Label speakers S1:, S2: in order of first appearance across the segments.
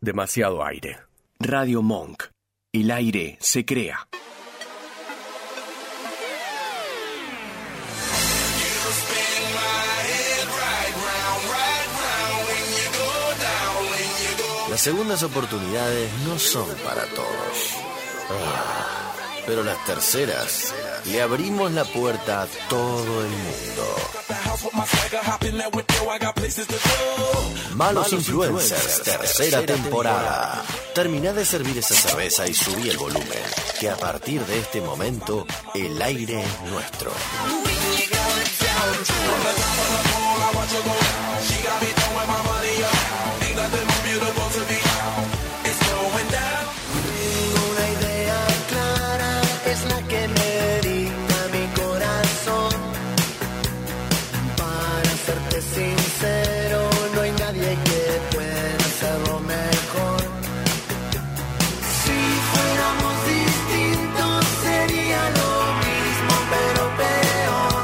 S1: demasiado aire. Radio Monk. El aire se crea.
S2: Las segundas oportunidades no son para todos. Ah, pero las terceras le abrimos la puerta a todo el mundo. Malos Influencers, tercera temporada. Termina de servir esa cerveza y subí el volumen, que a partir de este momento el aire es nuestro.
S3: Una idea clara es la que me dicta mi corazón. Para serte sincero, no hay nadie que pueda hacerlo mejor. Si fuéramos distintos sería lo mismo, pero peor.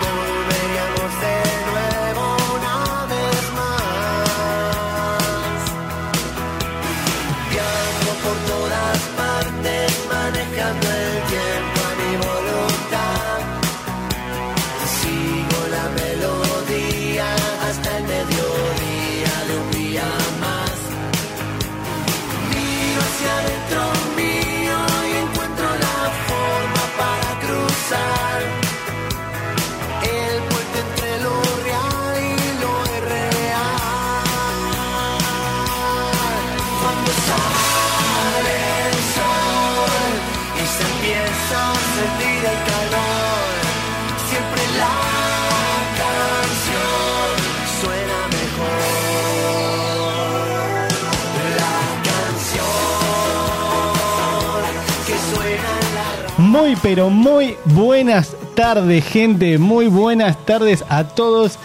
S3: Volveríamos de nuevo una vez más. Viajo por todas partes, manejando el tiempo a mi voluntad. Sigo la melodía hasta el mediodía de un día más. Miro hacia adentro mío y encuentro la forma para cruzar. El puente entre lo real y lo irreal. Cuando sale el sol y se empieza a sentir el calor, siempre la canción suena mejor. La canción que suena en la
S4: Muy pero muy buenas tardes gente, muy buenas tardes a todos.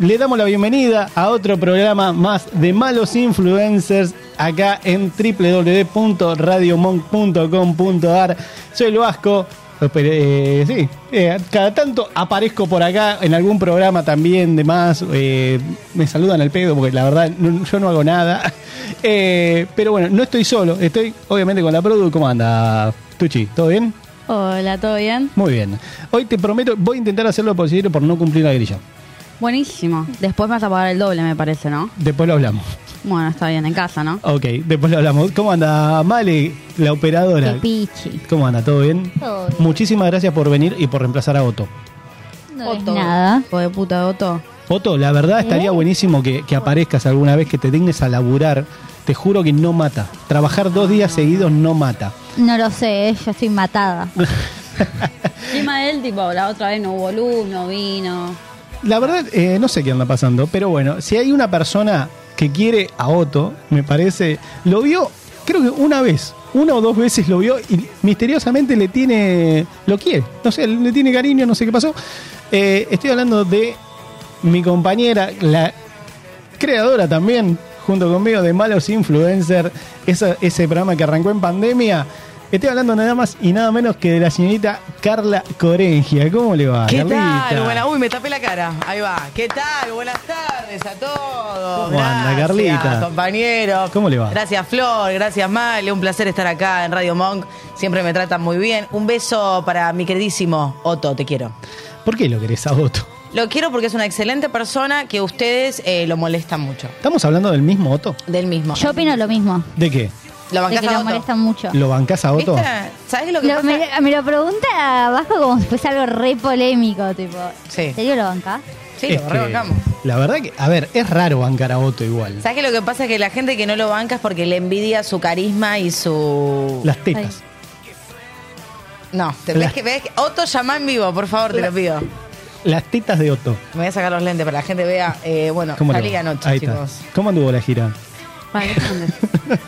S4: Le damos la bienvenida a otro programa más de Malos Influencers acá en www.radiomonk.com.ar. Soy el Vasco. pero, eh, sí, eh, cada tanto aparezco por acá en algún programa también de más. eh, me saludan al pedo porque la verdad no- yo no hago nada. Eh, pero bueno, no estoy solo. Estoy obviamente con la Produ. ¿Cómo anda, Tuchi? ¿Todo bien?
S5: Hola, ¿todo bien?
S4: Muy bien. Hoy te prometo, voy a intentar hacer lo posible por no cumplir la grilla.
S5: Buenísimo. Después me vas a pagar el doble, me parece, ¿no?
S4: Después lo hablamos.
S5: Bueno, está bien, en casa, ¿no?
S4: Ok, después lo hablamos. ¿Cómo anda Male, la operadora?
S6: Qué pichi.
S4: ¿Cómo anda? ¿Todo bien?
S6: Todo bien.
S4: Muchísimas gracias por venir y por reemplazar a Otto.
S6: No es nada.
S5: Hijo de puta, Otto.
S4: Otto, la verdad estaría buenísimo que, que aparezcas alguna vez, que te dignes a laburar. Te juro que no mata. Trabajar dos días seguidos no mata.
S6: No lo sé, eh, yo estoy matada.
S5: Encima de él, tipo, la otra vez no hubo luz, no vino.
S4: La verdad, eh, no sé qué anda pasando, pero bueno, si hay una persona que quiere a Otto, me parece, lo vio, creo que una vez, una o dos veces lo vio y misteriosamente le tiene, lo quiere, no sé, le tiene cariño, no sé qué pasó. Eh, estoy hablando de mi compañera, la creadora también, junto conmigo, de Malos Influencer, esa- ese programa que arrancó en pandemia. Estoy hablando nada más y nada menos que de la señorita Carla Corengia. ¿Cómo le va?
S7: ¿Qué
S4: Carlita?
S7: tal? Buena- uy, me tapé la cara. Ahí va. ¿Qué tal? Buenas tardes a todos.
S4: ¿Cómo anda,
S7: Gracias,
S4: Carlita?
S7: compañeros.
S4: ¿Cómo le va?
S7: Gracias, Flor. Gracias, Male. Un placer estar acá en Radio Monk. Siempre me tratan muy bien. Un beso para mi queridísimo Otto. Te quiero.
S4: ¿Por qué lo querés a Otto?
S7: Lo quiero porque es una excelente persona que ustedes eh, lo molestan mucho.
S4: ¿Estamos hablando del mismo Otto?
S7: Del mismo.
S6: Yo opino lo mismo.
S4: ¿De qué?
S7: ¿Lo
S6: De
S7: bancás
S6: que
S7: a
S6: lo
S7: Otto?
S6: molesta mucho.
S4: ¿Lo bancás a Otto?
S7: ¿Viste? ¿Sabés lo que
S6: Lo-
S7: pasa?
S6: me, me lo pregunta Vasco como si fuese algo re polémico, tipo.
S7: Sí.
S6: ¿En serio lo bancás?
S7: Sí,
S4: Es
S7: lo
S4: que,
S7: rebancamos.
S4: La verdad que, a ver, es raro bancar a Otto igual.
S7: ¿Sabes que lo que pasa es que la gente que no lo banca es porque le envidia su carisma y su.
S4: Las tetas.
S7: No, te
S4: Las-
S7: ves que, ves que- Otto, llama en vivo, por favor, te lo pido.
S4: Las tetas de Otto.
S7: Me voy a sacar los lentes para que la gente vea. eh, bueno,
S4: ¿Cómo le
S7: salí
S4: va?
S7: anoche,
S4: Ahí está.
S7: chicos.
S4: ¿Cómo anduvo la gira?
S5: Vale, ¿qué onda?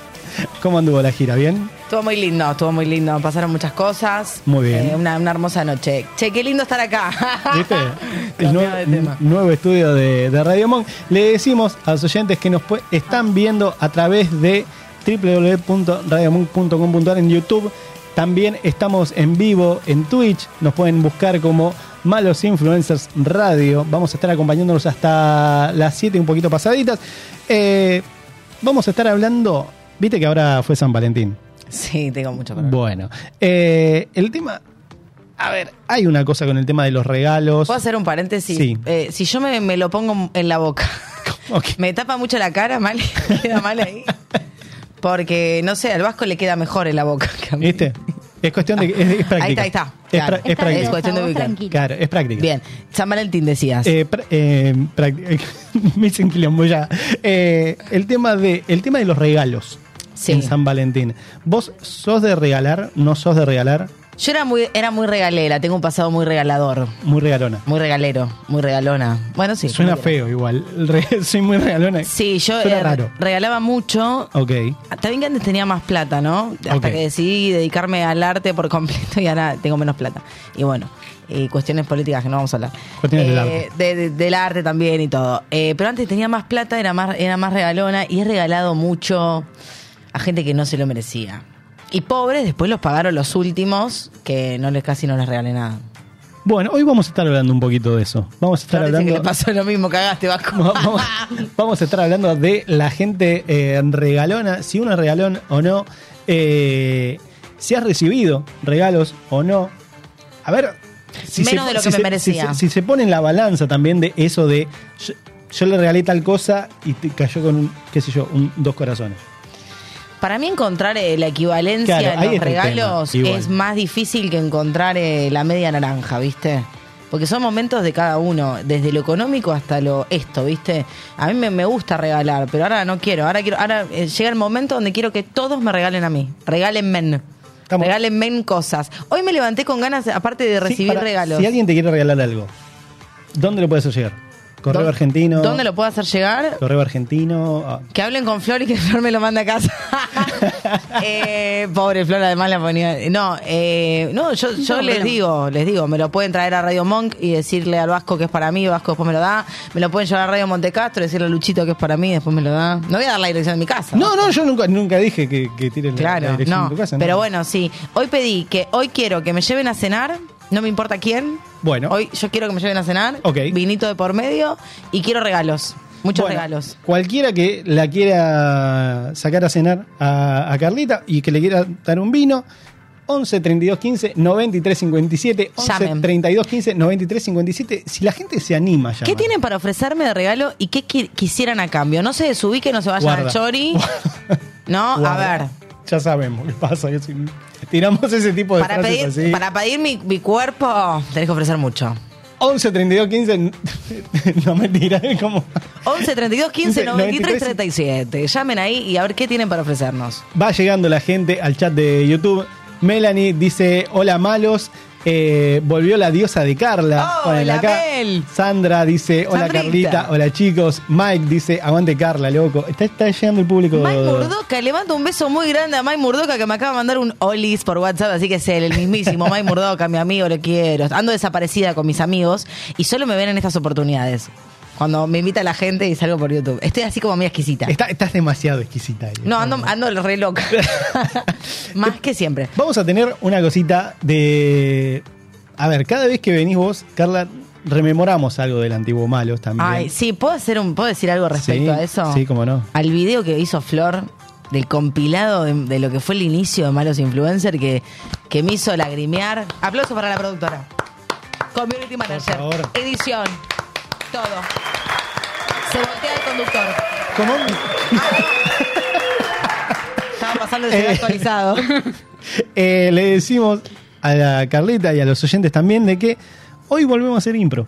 S4: ¿Cómo anduvo la gira? ¿Bien?
S7: Estuvo muy lindo, estuvo muy lindo. Pasaron muchas cosas.
S4: Muy bien.
S7: Eh, una, una hermosa noche. Che, qué lindo estar acá.
S4: ¿Viste? El
S7: Cambiado
S4: nuevo,
S7: de tema.
S4: nuevo estudio de, de Radio Monk. Le decimos a los oyentes que nos pue- están viendo a través de www.radiomonk.com.ar en YouTube. También estamos en vivo en Twitch. Nos pueden buscar como Malos Influencers Radio. Vamos a estar acompañándonos hasta las 7 un poquito pasaditas. Eh, vamos a estar hablando. Viste que ahora fue San Valentín.
S7: Sí, tengo mucho problema.
S4: Bueno, eh, el tema. A ver, hay una cosa con el tema de los regalos.
S7: ¿Puedo hacer un paréntesis?
S4: Sí.
S7: Eh, si yo me, me lo pongo en la boca,
S4: ¿Cómo que?
S7: ¿me tapa mucho la cara mal? ¿Queda mal ahí? Porque, no sé, al vasco le queda mejor en la boca que a mí.
S4: ¿Viste? Es cuestión de. Es, Este es práctica.
S7: Ahí está, ahí está.
S4: Es,
S7: Claro.
S4: pra- es
S6: Está
S7: práctica.
S6: bien,
S7: Es
S4: práctica.
S7: cuestión de
S6: vos
S7: ubicar.
S6: tranquila.
S4: Claro, es práctica.
S7: Bien, San Valentín decías.
S4: Eh, pr- eh, prácti- me dicen quilombo ya. Eh, el, tema de, el tema de los regalos
S7: Sí.
S4: en San Valentín. ¿Vos sos de regalar? ¿No sos de regalar?
S7: Yo era muy, era muy regalera, tengo un pasado muy regalador,
S4: Muy regalona.
S7: muy regalero, muy regalona. Bueno, sí.
S4: Suena
S7: muy
S4: feo igual. Re- soy muy regalona.
S7: Sí, yo
S4: Suena
S7: eh,
S4: raro.
S7: regalaba mucho.
S4: Ok.
S7: Hasta bien que antes tenía más plata, ¿no? Hasta
S4: Ok.
S7: que decidí dedicarme al arte por completo y ahora tengo menos plata. Y bueno, y cuestiones políticas que no vamos a hablar.
S4: Cuestiones del
S7: Eh, de- de- del arte también y todo. Eh, pero antes tenía más plata, era más, era más regalona y he regalado mucho a gente que no se lo merecía. Y pobres, después los pagaron los últimos, que no les casi no les regalé nada.
S4: Bueno, hoy vamos a estar hablando un poquito de eso. Vamos a estar
S7: Flor dice que
S4: hablando.
S7: le pasó lo mismo, cagaste, Vasco.
S4: Vamos, vamos a estar hablando de la gente eh, regalona, si uno es regalón o no, eh, si has recibido regalos o no. A ver, si
S7: Menos de lo que me
S4: se-
S7: merecía.
S4: Si, se- si se pone en la balanza también de eso de yo, yo le regalé tal cosa y te cayó con un, qué sé yo, un, dos corazones.
S7: Para mí encontrar eh, la equivalencia
S4: Claro, ahí
S7: en los
S4: está el
S7: regalos
S4: tema, igual.
S7: es más difícil que encontrar eh, la media naranja, ¿viste? Porque son momentos de cada uno, desde lo económico hasta lo esto, ¿viste? A mí me, me gusta regalar, pero ahora no quiero. Ahora quiero, ahora eh, llega el momento donde quiero que todos me regalen a mí. Regálenme.
S4: Estamos-
S7: Regálenme cosas. Hoy me levanté con ganas, aparte de recibir
S4: Sí, para-
S7: regalos.
S4: Si alguien te quiere regalar algo, ¿dónde lo puedes hacer llegar? Correo
S7: ¿Dó-
S4: argentino.
S7: ¿Dónde lo puedo hacer llegar?
S4: Correo argentino. ah,
S7: Que hablen con Flor y que Flor me lo manda a casa. Eh, pobre Flor, además la ponía. No, eh, no, yo, yo les digo, les digo, me lo pueden traer a Radio Monk y decirle al Vasco que es para mí, Vasco después me lo da. Me lo pueden llevar a Radio Montecastro y decirle a Luchito que es para mí, después me lo da. No voy a dar la dirección de mi casa.
S4: No, no, yo nunca, nunca dije que, que tires la- la,
S7: Claro,
S4: ah. dirección
S7: no.
S4: de tu casa. ¿no?
S7: Pero bueno, sí. Hoy pedí que hoy quiero que me lleven a cenar, no me importa quién.
S4: Bueno.
S7: Hoy yo quiero que me lleven a cenar.
S4: Ok.
S7: Vinito de por medio y quiero regalos. Muchos
S4: Bueno,
S7: regalos.
S4: Cualquiera que la quiera sacar a cenar a, a Carlita y que le quiera dar un vino. 11 32 15 93 57 11
S7: Llamen.
S4: 32 15 93 57 si la gente se anima ya
S7: ¿Qué tienen para ofrecerme de regalo y qué qui- quisieran a cambio? No se desubiquen, no se vayan
S4: Guarda.
S7: al chori. No, a ver.
S4: ya sabemos qué pasa que si tiramos ese tipo de
S7: Para
S4: frases
S7: pedir,
S4: así
S7: para pedir mi, mi cuerpo, tenés que ofrecer mucho.
S4: 11 32 15 no mentira es como
S7: 11 32 15 93 37. Llamen ahí y a ver qué tienen para ofrecernos.
S4: Va llegando la gente al chat de YouTube. Melanie dice: Hola malos. Eh, volvió la diosa de Carla.
S7: Oh,
S4: Ponen
S7: la
S4: acá.
S7: Mel.
S4: Sandra dice: Hola
S7: Sandrita.
S4: Carlita. Hola chicos. Mike dice: Aguante Carla, loco. Está, está llegando el público.
S7: Mike Murdoca, le mando un beso muy grande a Mike Murdoca que me acaba de mandar un olis por WhatsApp, así que es él, el mismísimo Mike Murdoca, mi amigo, lo quiero. Ando desaparecida con mis amigos y solo me ven en estas oportunidades. Cuando me invita la gente y salgo por YouTube. Estoy así como muy exquisita.
S4: Está- estás demasiado exquisita. eh. Eli.
S7: No, ando, ando re loca. Más que siempre.
S4: Vamos a tener una cosita de. A ver, cada vez que venís vos, Carla, rememoramos algo del antiguo malos también.
S7: Ay, sí, ¿puedo, hacer un, ¿puedo decir algo respecto
S4: Sí,
S7: a eso?
S4: sí, cómo no.
S7: Al video que hizo Flor del compilado de, de lo que fue el inicio de Malos Influencer que, que me hizo lagrimear. Aplauso para la productora. Community Manager.
S4: favor.
S7: Edición. Todo. Se voltea el conductor.
S4: ¿Cómo?
S7: Estaba pasando el celular
S4: Eh.
S7: actualizado.
S4: Eh, le decimos a la Carlita y a los oyentes también de que hoy volvemos a hacer impro.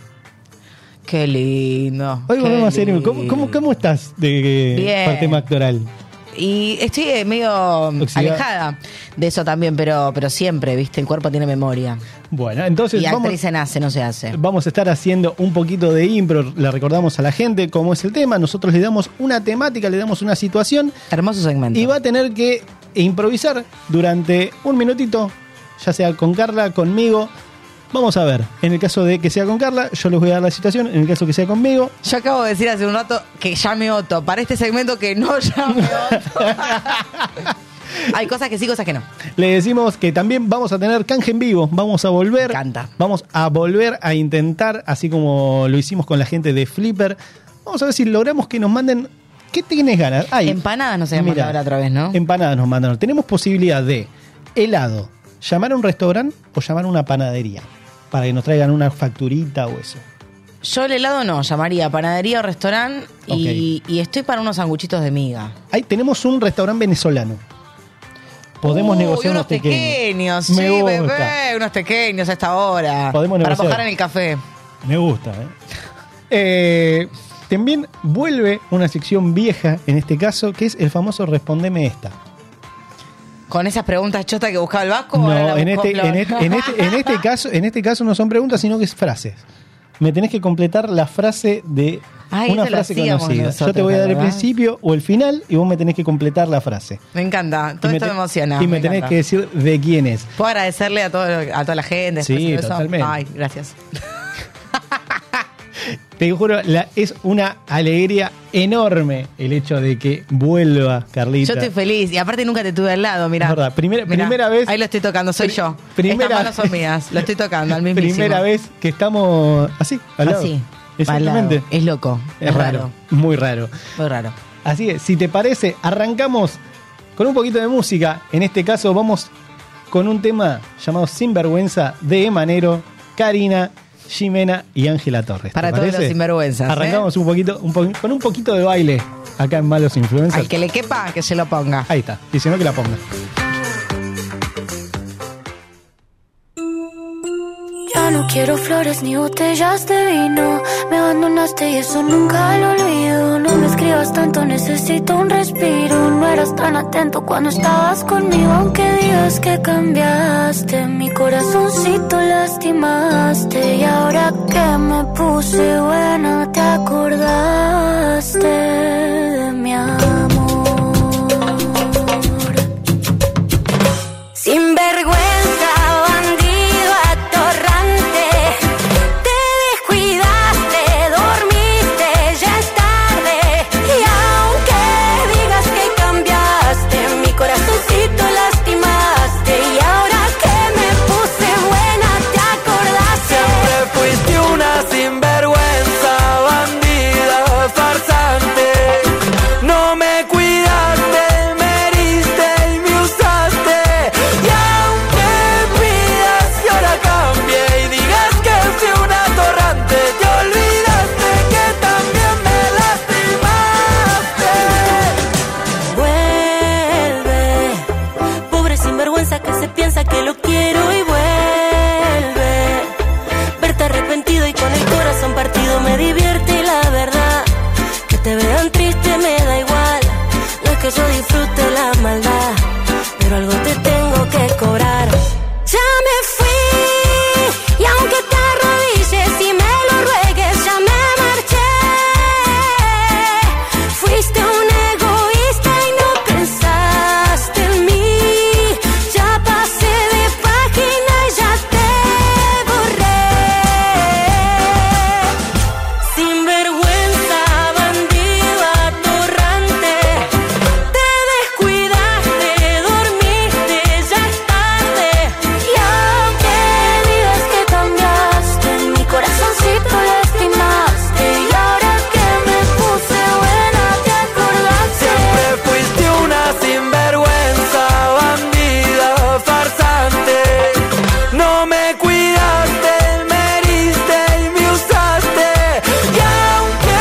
S7: Qué lindo.
S4: Hoy
S7: qué
S4: volvemos a hacer impro. ¿Cómo, cómo,
S7: lindo.
S4: cómo estás de,
S7: Bien.
S4: para el tema actoral?
S7: Y estoy eh, medio
S4: Oxidada.
S7: alejada de eso también, pero, pero siempre, ¿viste? El cuerpo tiene memoria.
S4: Bueno, entonces
S7: Y
S4: vamos, Eh,
S7: actriz se nace, no se hace.
S4: vamos a estar haciendo un poquito de impro. Le recordamos a la gente cómo es el tema. Nosotros le damos una temática, le damos una situación
S7: Hermoso segmento.
S4: y va a tener que improvisar durante un minutito, ya sea con Carla, conmigo. Vamos a ver. En el caso de que sea con Carla, yo les voy a dar la situación. En el caso que sea conmigo,
S7: Yo acabo de decir hace un rato que llame Otto. Para este segmento que no llame Otto. Hay cosas que sí, cosas que no.
S4: Le decimos que también vamos a tener canje en vivo, vamos a volver.
S7: Me encanta.
S4: Vamos a volver a intentar, así como lo hicimos con la gente de Flipper. Vamos a ver si logramos que nos manden ¿Qué tenés ganas? Ay,
S7: Empanadas nos habían mandado la otra vez, ¿no?
S4: Empanadas nos mandaron. Tenemos posibilidad de helado, llamar a un restaurante o llamar a una panadería para que nos traigan una facturita o eso.
S7: Yo el helado no, llamaría panadería o restaurante y, y estoy para unos sanguchitos de miga.
S4: Ahí tenemos un restaurante venezolano. Podemos
S7: Uy,
S4: negociar
S7: unos pequeños. sí,
S4: Me gusta.
S7: bebé, unos pequeños a esta hora.
S4: Podemos
S7: para
S4: negociar.
S7: mojar en el café.
S4: Me gusta, ¿eh? Eh, También vuelve una sección vieja, en este caso, que es el famoso Respondeme esta.
S7: Con esas preguntas chotas que buscaba el Vasco. ahora
S4: No,
S7: la
S4: en
S7: buscó
S4: este,
S7: Flor.
S4: en, este, en este- en este caso, en este caso no son preguntas, sino que es frases. Me tenés que completar la frase de
S7: Ay,
S4: una
S7: eso lo
S4: frase
S7: hacíamos
S4: conocida. Yo te
S7: nosotros,
S4: voy a dar el
S7: ¿verdad?
S4: principio o el final y vos me tenés que completar la frase.
S7: Me encanta, todo
S4: y
S7: esto
S4: te-
S7: me emociona.
S4: Y me, tenés
S7: encanta.
S4: que decir de quién es.
S7: Puedo agradecerle a, todo, a toda la gente.
S4: Sí,
S7: después de eso.
S4: totalmente.
S7: Ay, gracias.
S4: Te juro, la- es una alegría enorme el hecho de que vuelva Carlita.
S7: Yo estoy feliz y aparte nunca te tuve al lado, mira.
S4: Es verdad, primera- primera vez-
S7: Ahí lo estoy tocando, soy
S4: Pri-
S7: yo.
S4: primera-
S7: Estas manos son mías, lo estoy tocando al mismo
S4: Primera vez que estamos así, al lado.
S7: Así.
S4: Exactamente.
S7: al lado. Es loco.
S4: Es raro, muy raro.
S7: Muy raro.
S4: Así es, si te parece, arrancamos con un poquito de música. En este caso vamos con un tema llamado Sinvergüenza de Emanero, Karina, Jimena y Ángela Torres. ¿Te
S7: Para todos
S4: parece?
S7: los sinvergüenzas, ¿eh?
S4: Arrancamos un poquito, un po- con un poquito de baile acá en Malos Influencers.
S7: Al que le quepa, que se lo ponga.
S4: Ahí está, y si no que la ponga.
S8: Ya no quiero flores ni botellas de vino. Me abandonaste y eso nunca lo olvido. No me escribas tanto, necesito un respiro. No eras tan atento cuando estabas conmigo. Aunque digas que cambiaste, mi corazoncito lastimaste. Y ahora que me puse buena, te acordaste de mi amor. Sin vergüenza, bandido atorrante, te descuidaste, dormiste, ya es tarde. Y aunque digas que cambiaste, mi corazoncito lastimaste. Y ahora que me puse buena, te acordaste.
S3: Siempre fuiste una sinvergüenza, bandida, farsante. No me cuidaste, me heriste y me usaste. Y aunque pidas que ahora cambie y digas que fui un atorrante, te olvidaste que también me lastimaste.
S8: Vuelve, pobre sinvergüenza que se piensa que lo quiero y vuelve. Verte arrepentido y con el corazón partido me divierte y la verdad. Que te vean triste me da igual, no es que yo disfrute la maldad, pero algo te tengo que cobrar. Ya me fui, y aunque te arrodilles y me lo ruegues, ya me marché. Fuiste un egoísta y no pensaste en mí. Ya pasé de página y ya te borré. Sin vergüenza, bandido atorrante, te descuidaste, dormiste, ya es tarde. Y aunque digas que cambiaste, mi corazoncito lastimaste. Y ahora que me puse buena, te acordaste.
S3: Siempre fuiste una sinvergüenza, bandida, farsante. No me cuidaste, me heriste y me usaste. Y aunque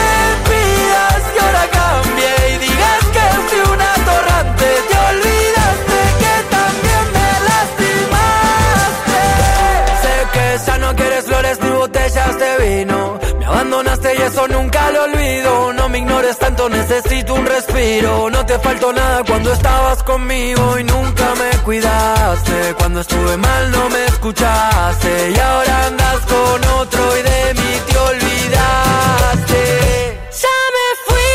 S3: pidas que ahora cambie y digas que fui un atorrante, te olvidaste que también me lastimaste. Sé que ya no quieres flores ni botellas de vino. Me abandonaste y eso nunca lo olvido. No me ignores tanto, necesito un respiro. No te faltó nada cuando estabas conmigo y nunca me cuidaste. Cuando estuve mal no me escuchaste. Y ahora andas con otro y de mí te olvidaste.
S8: Ya me fui,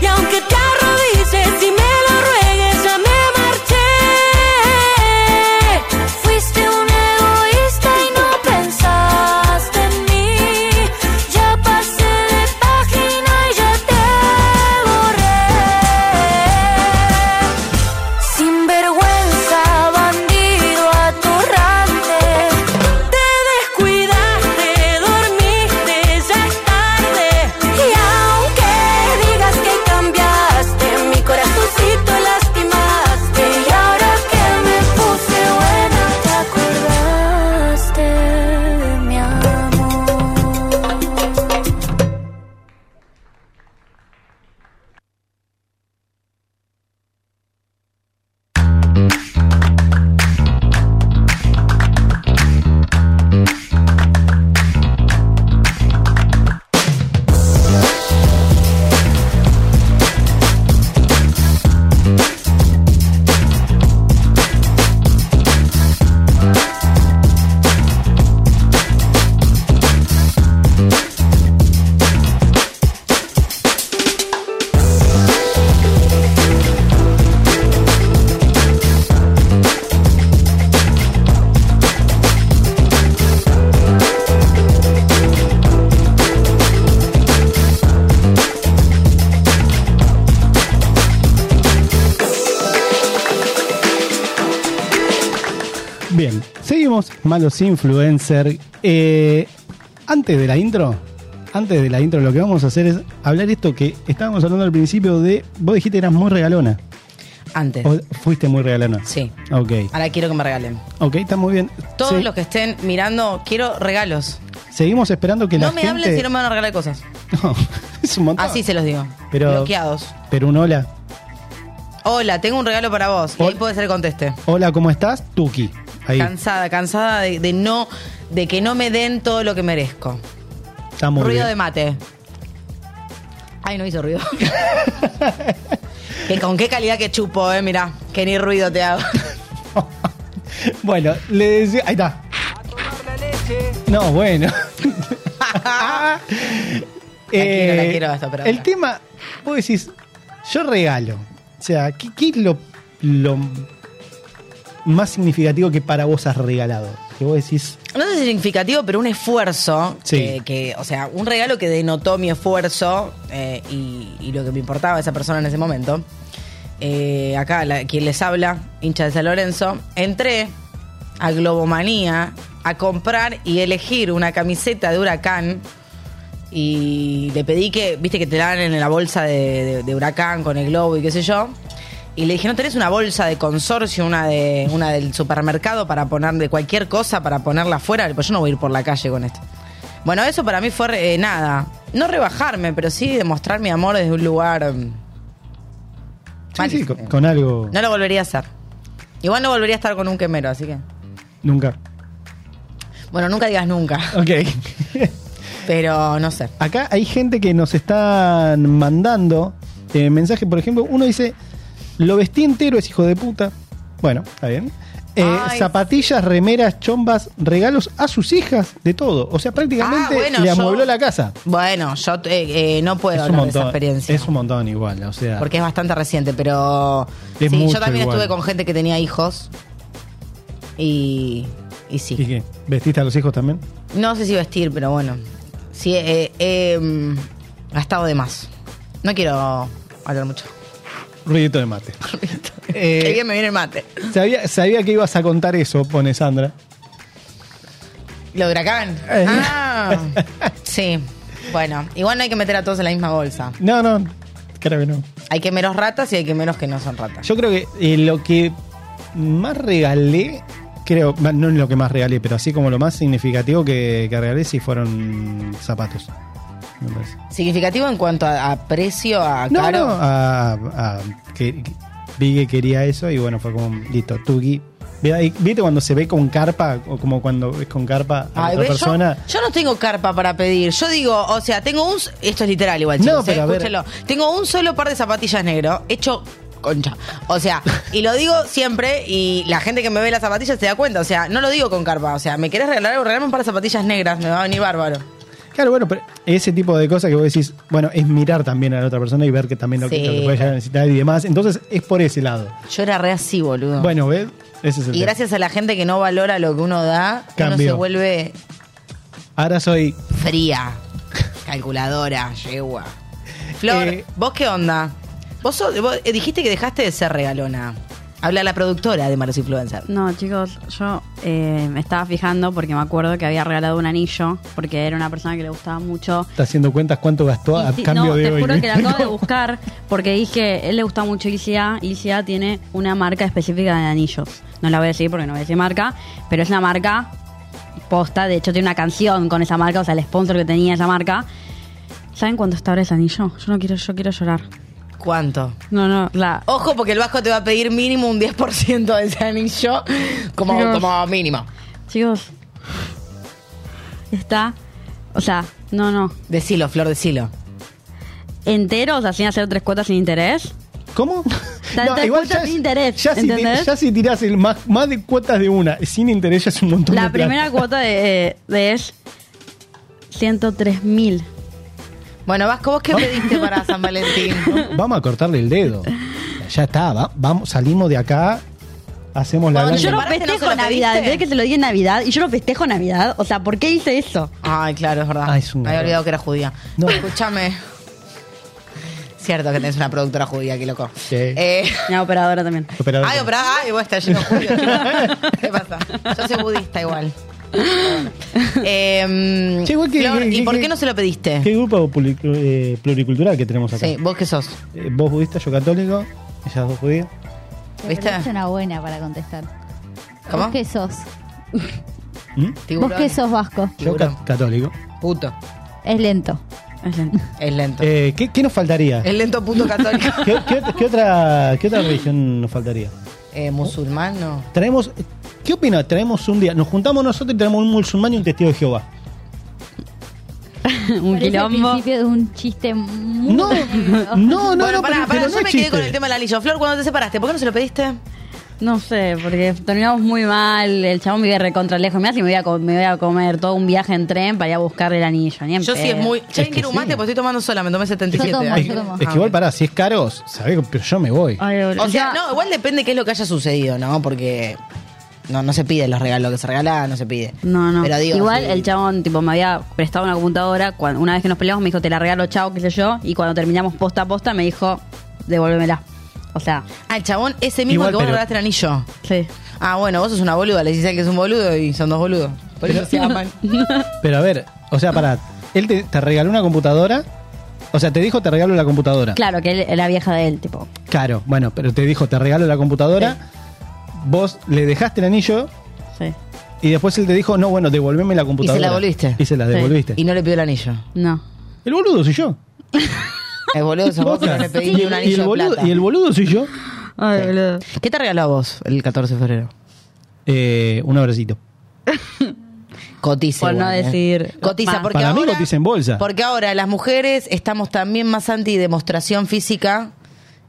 S8: y aunque te arrodilles y me lo ruegues, ya me marché. Fuiste un egoísta y no pensaste en mí. Ya pasé de página y ya te borré. Sin vergüenza, bandido atorrante, te descuidaste,
S4: Bien, seguimos. Malos influencer. Eh, antes de la intro, antes de la intro, lo que vamos a hacer es hablar esto que estábamos hablando al principio de. Vos dijiste eras muy regalona.
S7: Antes.
S4: O fuiste muy regalona.
S7: Sí.
S4: Ok.
S7: Ahora quiero que me regalen.
S4: Ok, está muy bien.
S7: Todos
S4: Se-
S7: los que estén mirando, quiero regalos.
S4: Seguimos esperando que la
S7: No me
S4: gente.
S7: hablen si no me van a regalar cosas.
S4: No, es un montón.
S7: Así Ah, se los digo.
S4: Pero-
S7: Bloqueados.
S4: Pero un hola.
S7: Hola, tengo un regalo para vos. Y
S4: Hol-
S7: ahí puede ser que conteste.
S4: Hola, ¿cómo estás? Tuki. Ahí.
S7: Cansada, cansada de, de no, de que no me den todo lo que merezco.
S4: Está muy
S7: ruido
S4: bien.
S7: de mate. Ay, no hizo ruido. que con qué calidad que chupo, eh, mirá, que ni ruido te hago.
S4: bueno, le decía. Ahí está. No, bueno.
S7: quiero, la quiero hasta operarla.
S4: Eh, el tema, vos decís, yo regalo. O sea, ¿qué, qué es lo, lo más significativo que para vos has regalado? Que vos decís,
S7: No sé si significativo, pero un esfuerzo.
S4: Sí.
S7: Que, que, o sea, un regalo que denotó mi esfuerzo eh, y, y lo que me importaba a esa persona en ese momento. Eh, acá, la- quien les habla, hincha de San Lorenzo, entré a Globomanía a comprar y elegir una camiseta de Huracán. Y le pedí que, viste, que te la dan en la bolsa de, de- de Huracán con el globo y qué sé yo. Y le dije, ¿no tenés una bolsa de consorcio, una de una del supermercado para poner de cualquier cosa, para ponerla afuera? Pues yo no voy a ir por la calle con esto. Bueno, eso para mí fue eh, nada. No rebajarme, pero sí demostrar mi amor desde un lugar... mm,
S4: sí,
S7: mal.
S4: sí, con, con algo.
S7: No lo volvería a hacer. Igual no volvería a estar con un quemero, así que...
S4: Nunca.
S7: Bueno, nunca digas nunca,
S4: Ok.
S7: pero no sé.
S4: Acá hay gente que nos están mandando eh, mensajes. Por ejemplo, uno dice: Lo vestí entero, es hijo de puta. Bueno, está bien. Eh,
S7: Ay.
S4: zapatillas, remeras, chombas, regalos a sus hijas, de todo. O sea, prácticamente
S7: Ah, bueno,
S4: le
S7: yo-
S4: amuebló la casa.
S7: Bueno, yo eh, eh, no puedo
S4: Es un
S7: hablar de esa
S4: montón.
S7: experiencia.
S4: Es un montón igual, o sea.
S7: porque es bastante reciente, pero
S4: Es
S7: sí,
S4: mucho
S7: yo también
S4: igual.
S7: estuve con gente que tenía hijos y, y sí.
S4: ¿Y qué? ¿Vestiste a los hijos también?
S7: No sé si vestir, pero bueno, sí he eh, em, gastado de más. No quiero hablar mucho.
S4: Ruidito de mate. Eh,
S7: Qué bien me viene el mate.
S4: sabía, sabía que ibas a contar eso, pone Sandra.
S7: Lo de huracán.
S4: Eh.
S7: Ah, sí. Bueno, igual no hay que meter a todos en la misma bolsa.
S4: No, no, creo que no.
S7: Hay que menos ratas y hay que menos que no son ratas.
S4: Yo creo que eh, lo que más regalé, creo, va, no es lo que más regalé, pero así como lo más significativo que, que regalé, sí fueron zapatos. me parece.
S7: Significativo en cuanto a, a precio, a
S4: No,
S7: caro.
S4: no, a- a- que- que- vi que quería eso y bueno, fue como, listo, Tuki. Ve ahí- ¿Viste cuando se ve con carpa o como cuando ves con carpa a
S7: Ay,
S4: otra
S7: ve, yo-
S4: persona?
S7: Yo, no tengo carpa para pedir. Yo digo, o sea, tengo un. Esto es literal igual, chicos.
S4: No, pero
S7: eh,
S4: a ver.
S7: escúchenlo. Tengo un solo par de zapatillas negro hecho concha. O sea, y lo digo siempre y la gente que me ve las zapatillas se da cuenta. O sea, no lo digo con carpa. O sea, me querés regalar algo, regalame un par de zapatillas negras. Me va a venir bárbaro.
S4: Claro, bueno, pero ese tipo de cosas que vos decís, bueno, es mirar también a la otra persona y ver que también lo, que,
S7: Sí.
S4: lo que puede llegar a necesitar y demás. Entonces es por ese lado.
S7: Yo era re así, boludo.
S4: Bueno, ¿ves? Ese es el
S7: Ah. y
S4: tema.
S7: gracias a la gente que no valora lo que uno da, uno
S4: Cambio.
S7: se vuelve
S4: Ahora soy
S7: fría, calculadora, yegua. Flor,
S4: Eh,
S7: ¿vos qué onda? Vos, sos- vos, eh, dijiste que dejaste de ser regalona. Habla la productora de Malos Influencer.
S9: No, chicos, yo eh, me estaba fijando porque me acuerdo que había regalado un anillo porque era una persona que le gustaba mucho.
S4: Está haciendo cuentas cuánto gastó a
S9: Y sí,
S4: cambio
S9: no,
S4: de
S9: te
S4: hoy.
S9: juro
S4: ¿no?
S9: que la acabo de buscar porque dije, él le gusta mucho ICA. ICA tiene una marca específica de anillos. No la voy a decir porque no voy a decir marca, pero es una marca posta. De hecho, tiene una canción con esa marca, o sea, el sponsor que tenía esa marca. ¿Saben cuánto está ahora ese anillo? Yo no quiero, yo quiero llorar.
S7: ¿Cuánto?
S9: No, no, la,
S7: Ojo, porque el Vasco te va a pedir mínimo un 10% de ese anillo como,
S9: Dios.
S7: como mínimo.
S9: Chicos, está, o sea, no, no,
S7: Decilo, Flor, decilo.
S9: entero, o sea, sin hacer tres cuotas sin interés.
S4: ¿Cómo?
S9: Te- te cuentas sin interés,
S4: ya si,
S9: ¿entendés?
S4: ya si tirás el más, más de cuotas de una, sin interés ya es un montón
S9: La
S4: de plata.
S9: primera cuota de, de es 103 mil.
S7: Bueno, Vasco, ¿vos qué pediste para San Valentín?
S4: Vamos a cortarle el dedo. Ya está, va- vamos, salimos de acá, hacemos la
S7: Cuando
S4: gran-
S9: Yo no
S7: separaste, no se
S9: festejo
S7: lo
S9: Navidad,
S7: pediste?
S9: ve que se lo di en Navidad y yo no festejo Navidad, o sea, ¿por qué hice eso?
S7: Ay, claro, es verdad.
S4: Ah, es un
S7: Me había
S4: error.
S7: olvidado que era judía.
S4: No.
S7: Escúchame. Cierto que tenés una productora judía, qué loco.
S4: Sí.
S7: Eh,
S9: Una operadora también.
S4: Operador.
S7: ay, operá, ay, vos estás lleno de judíos. ¿Qué pasa? Yo soy budista igual. Eh,
S4: Che, igual que-
S7: Flor,
S4: que-
S7: ¿y
S4: que-
S7: por
S4: que-
S7: qué no se lo pediste?
S4: ¿Qué grupo puli- eh, pluricultural que tenemos acá?
S7: Sí, vos que sos,
S4: Eh, vos budista, yo católico, ellas dos judías.
S7: ¿viste?
S6: Es una buena para contestar.
S7: ¿Cómo?
S6: ¿Vos qué sos?
S4: ¿Mm?
S7: Tiburón.
S6: ¿Vos qué sos vasco?
S4: Yo
S7: Tiburón.
S4: ca- católico.
S7: Puto.
S6: Es lento.
S9: Es lento.
S7: Es lento.
S4: Eh, ¿qué, qué nos faltaría?
S7: Es lento puto católico.
S4: ¿Qué, qué ot- qué otra, ¿Qué otra religión nos faltaría?
S7: Eh, musulmán, no.
S4: Traemos, ¿Qué opinas? Traemos un día, nos juntamos nosotros y traemos un musulmán y un testigo de Jehová.
S9: Un
S6: Parece el
S9: quilombo.
S6: principio de un chiste muy...
S4: No, no, no,
S7: bueno, pará,
S4: no, pero-
S7: pará,
S4: pero
S7: yo
S4: no es
S7: me quedé
S4: chiste.
S7: con el tema de la anillo. Flor, cuando te separaste, ¿por qué no se lo pediste?
S9: No sé, porque terminamos muy mal. El chabón vive recontra lejos. Mirá si me voy, a co- me voy a comer todo un viaje en tren para ir a buscar el anillo. Ni en
S7: Yo sí
S9: pedo.
S7: es muy. Che,
S4: que
S7: quiero Eh, un
S4: sí.
S7: mate, porque estoy tomando sola, me tomé 77. Ah,
S6: Yo tomo,
S7: Ay,
S4: Es,
S6: yo tomo.
S4: es que igual pará, si es caro, sabés, pero yo me voy.
S9: Ay, boludo.
S7: O sea,
S9: Encima-
S7: no, igual depende qué es lo que haya sucedido, ¿no? Porque no, no se pide los regalos, lo que se regala no se pide.
S9: No, no.
S7: Pero digo,
S9: Igual
S7: sí.
S9: el chabón, tipo, me había prestado una computadora. Cuando, una vez que nos peleamos, me dijo, te la regalo, chao, qué sé yo. Y cuando terminamos posta a posta, me dijo, devuélvemela. O sea,
S7: Ah, el chabón, ese mismo
S4: Igual,
S7: que vos
S4: pero-
S7: regalaste el anillo.
S9: sí.
S7: Ah, bueno, vos sos una boluda, le decís a él que es un boludo y son dos boludos. Por eso se aman.
S4: Pero a ver, o sea, pará, él te, te regaló una computadora, o sea, te dijo te regalo la computadora.
S9: Claro, que él era vieja de él, tipo.
S4: Caro, bueno, pero te dijo te regalo la computadora, vos le dejaste el anillo
S9: Sí.
S4: y después él te dijo, no, bueno, devolveme la computadora.
S7: devolviste.
S4: Y se la
S9: Sí.
S4: devolviste.
S7: Y no le pidió el anillo.
S9: No.
S4: El boludo soy yo.
S7: El boludo sos vos que no le
S4: y,
S7: pediste un
S4: el-
S7: anillo
S4: y el
S7: de
S4: boludo,
S7: plata.
S4: y el boludo soy yo.
S9: Ay, boludo.
S7: ¿Qué te regaló a vos el 14 de febrero?
S4: Eh, un abracito.
S7: Cotiza.
S9: Por no
S7: igual, ¿eh?
S9: decir-
S7: Cotiza,
S9: Pa-
S7: porque
S4: Para mí
S7: ahora.
S4: cotiza en bolsa.
S7: Porque ahora las mujeres estamos también más anti demostración física.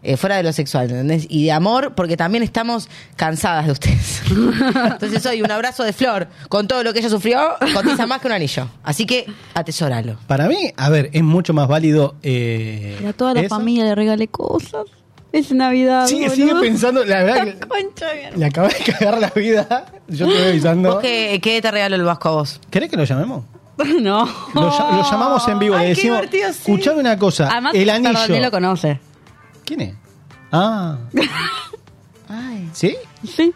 S7: eh, fuera de lo sexual, ¿entendés? Y de amor, porque también estamos cansadas de ustedes. Entonces hoy un abrazo de flor con todo lo que ella sufrió cotiza más que un anillo. Así que atesóralo.
S4: Para mí, a ver, es mucho más válido. Eh,
S9: Y a toda la
S4: eso.
S9: familia le regalé cosas. Es Navidad.
S4: Sigue,
S9: boludo.
S4: sigue pensando, la verdad que
S9: La concha de-
S4: le acabas de cagar la vida. Yo te voy
S7: ¿Vos
S4: avisando.
S7: qué, qué te regaló el vasco a vos?
S4: ¿Querés que lo llamemos?
S9: No.
S4: Lo, ll- lo llamamos en vivo,
S7: Ay,
S4: le
S7: qué
S4: decimos,
S7: divertido, sí.
S4: escuchame una cosa,
S9: Además,
S4: el
S9: perdón,
S4: anillo.
S9: él lo conoce.
S4: ¿Quién es? Ah. ¿Sí?
S9: Sí.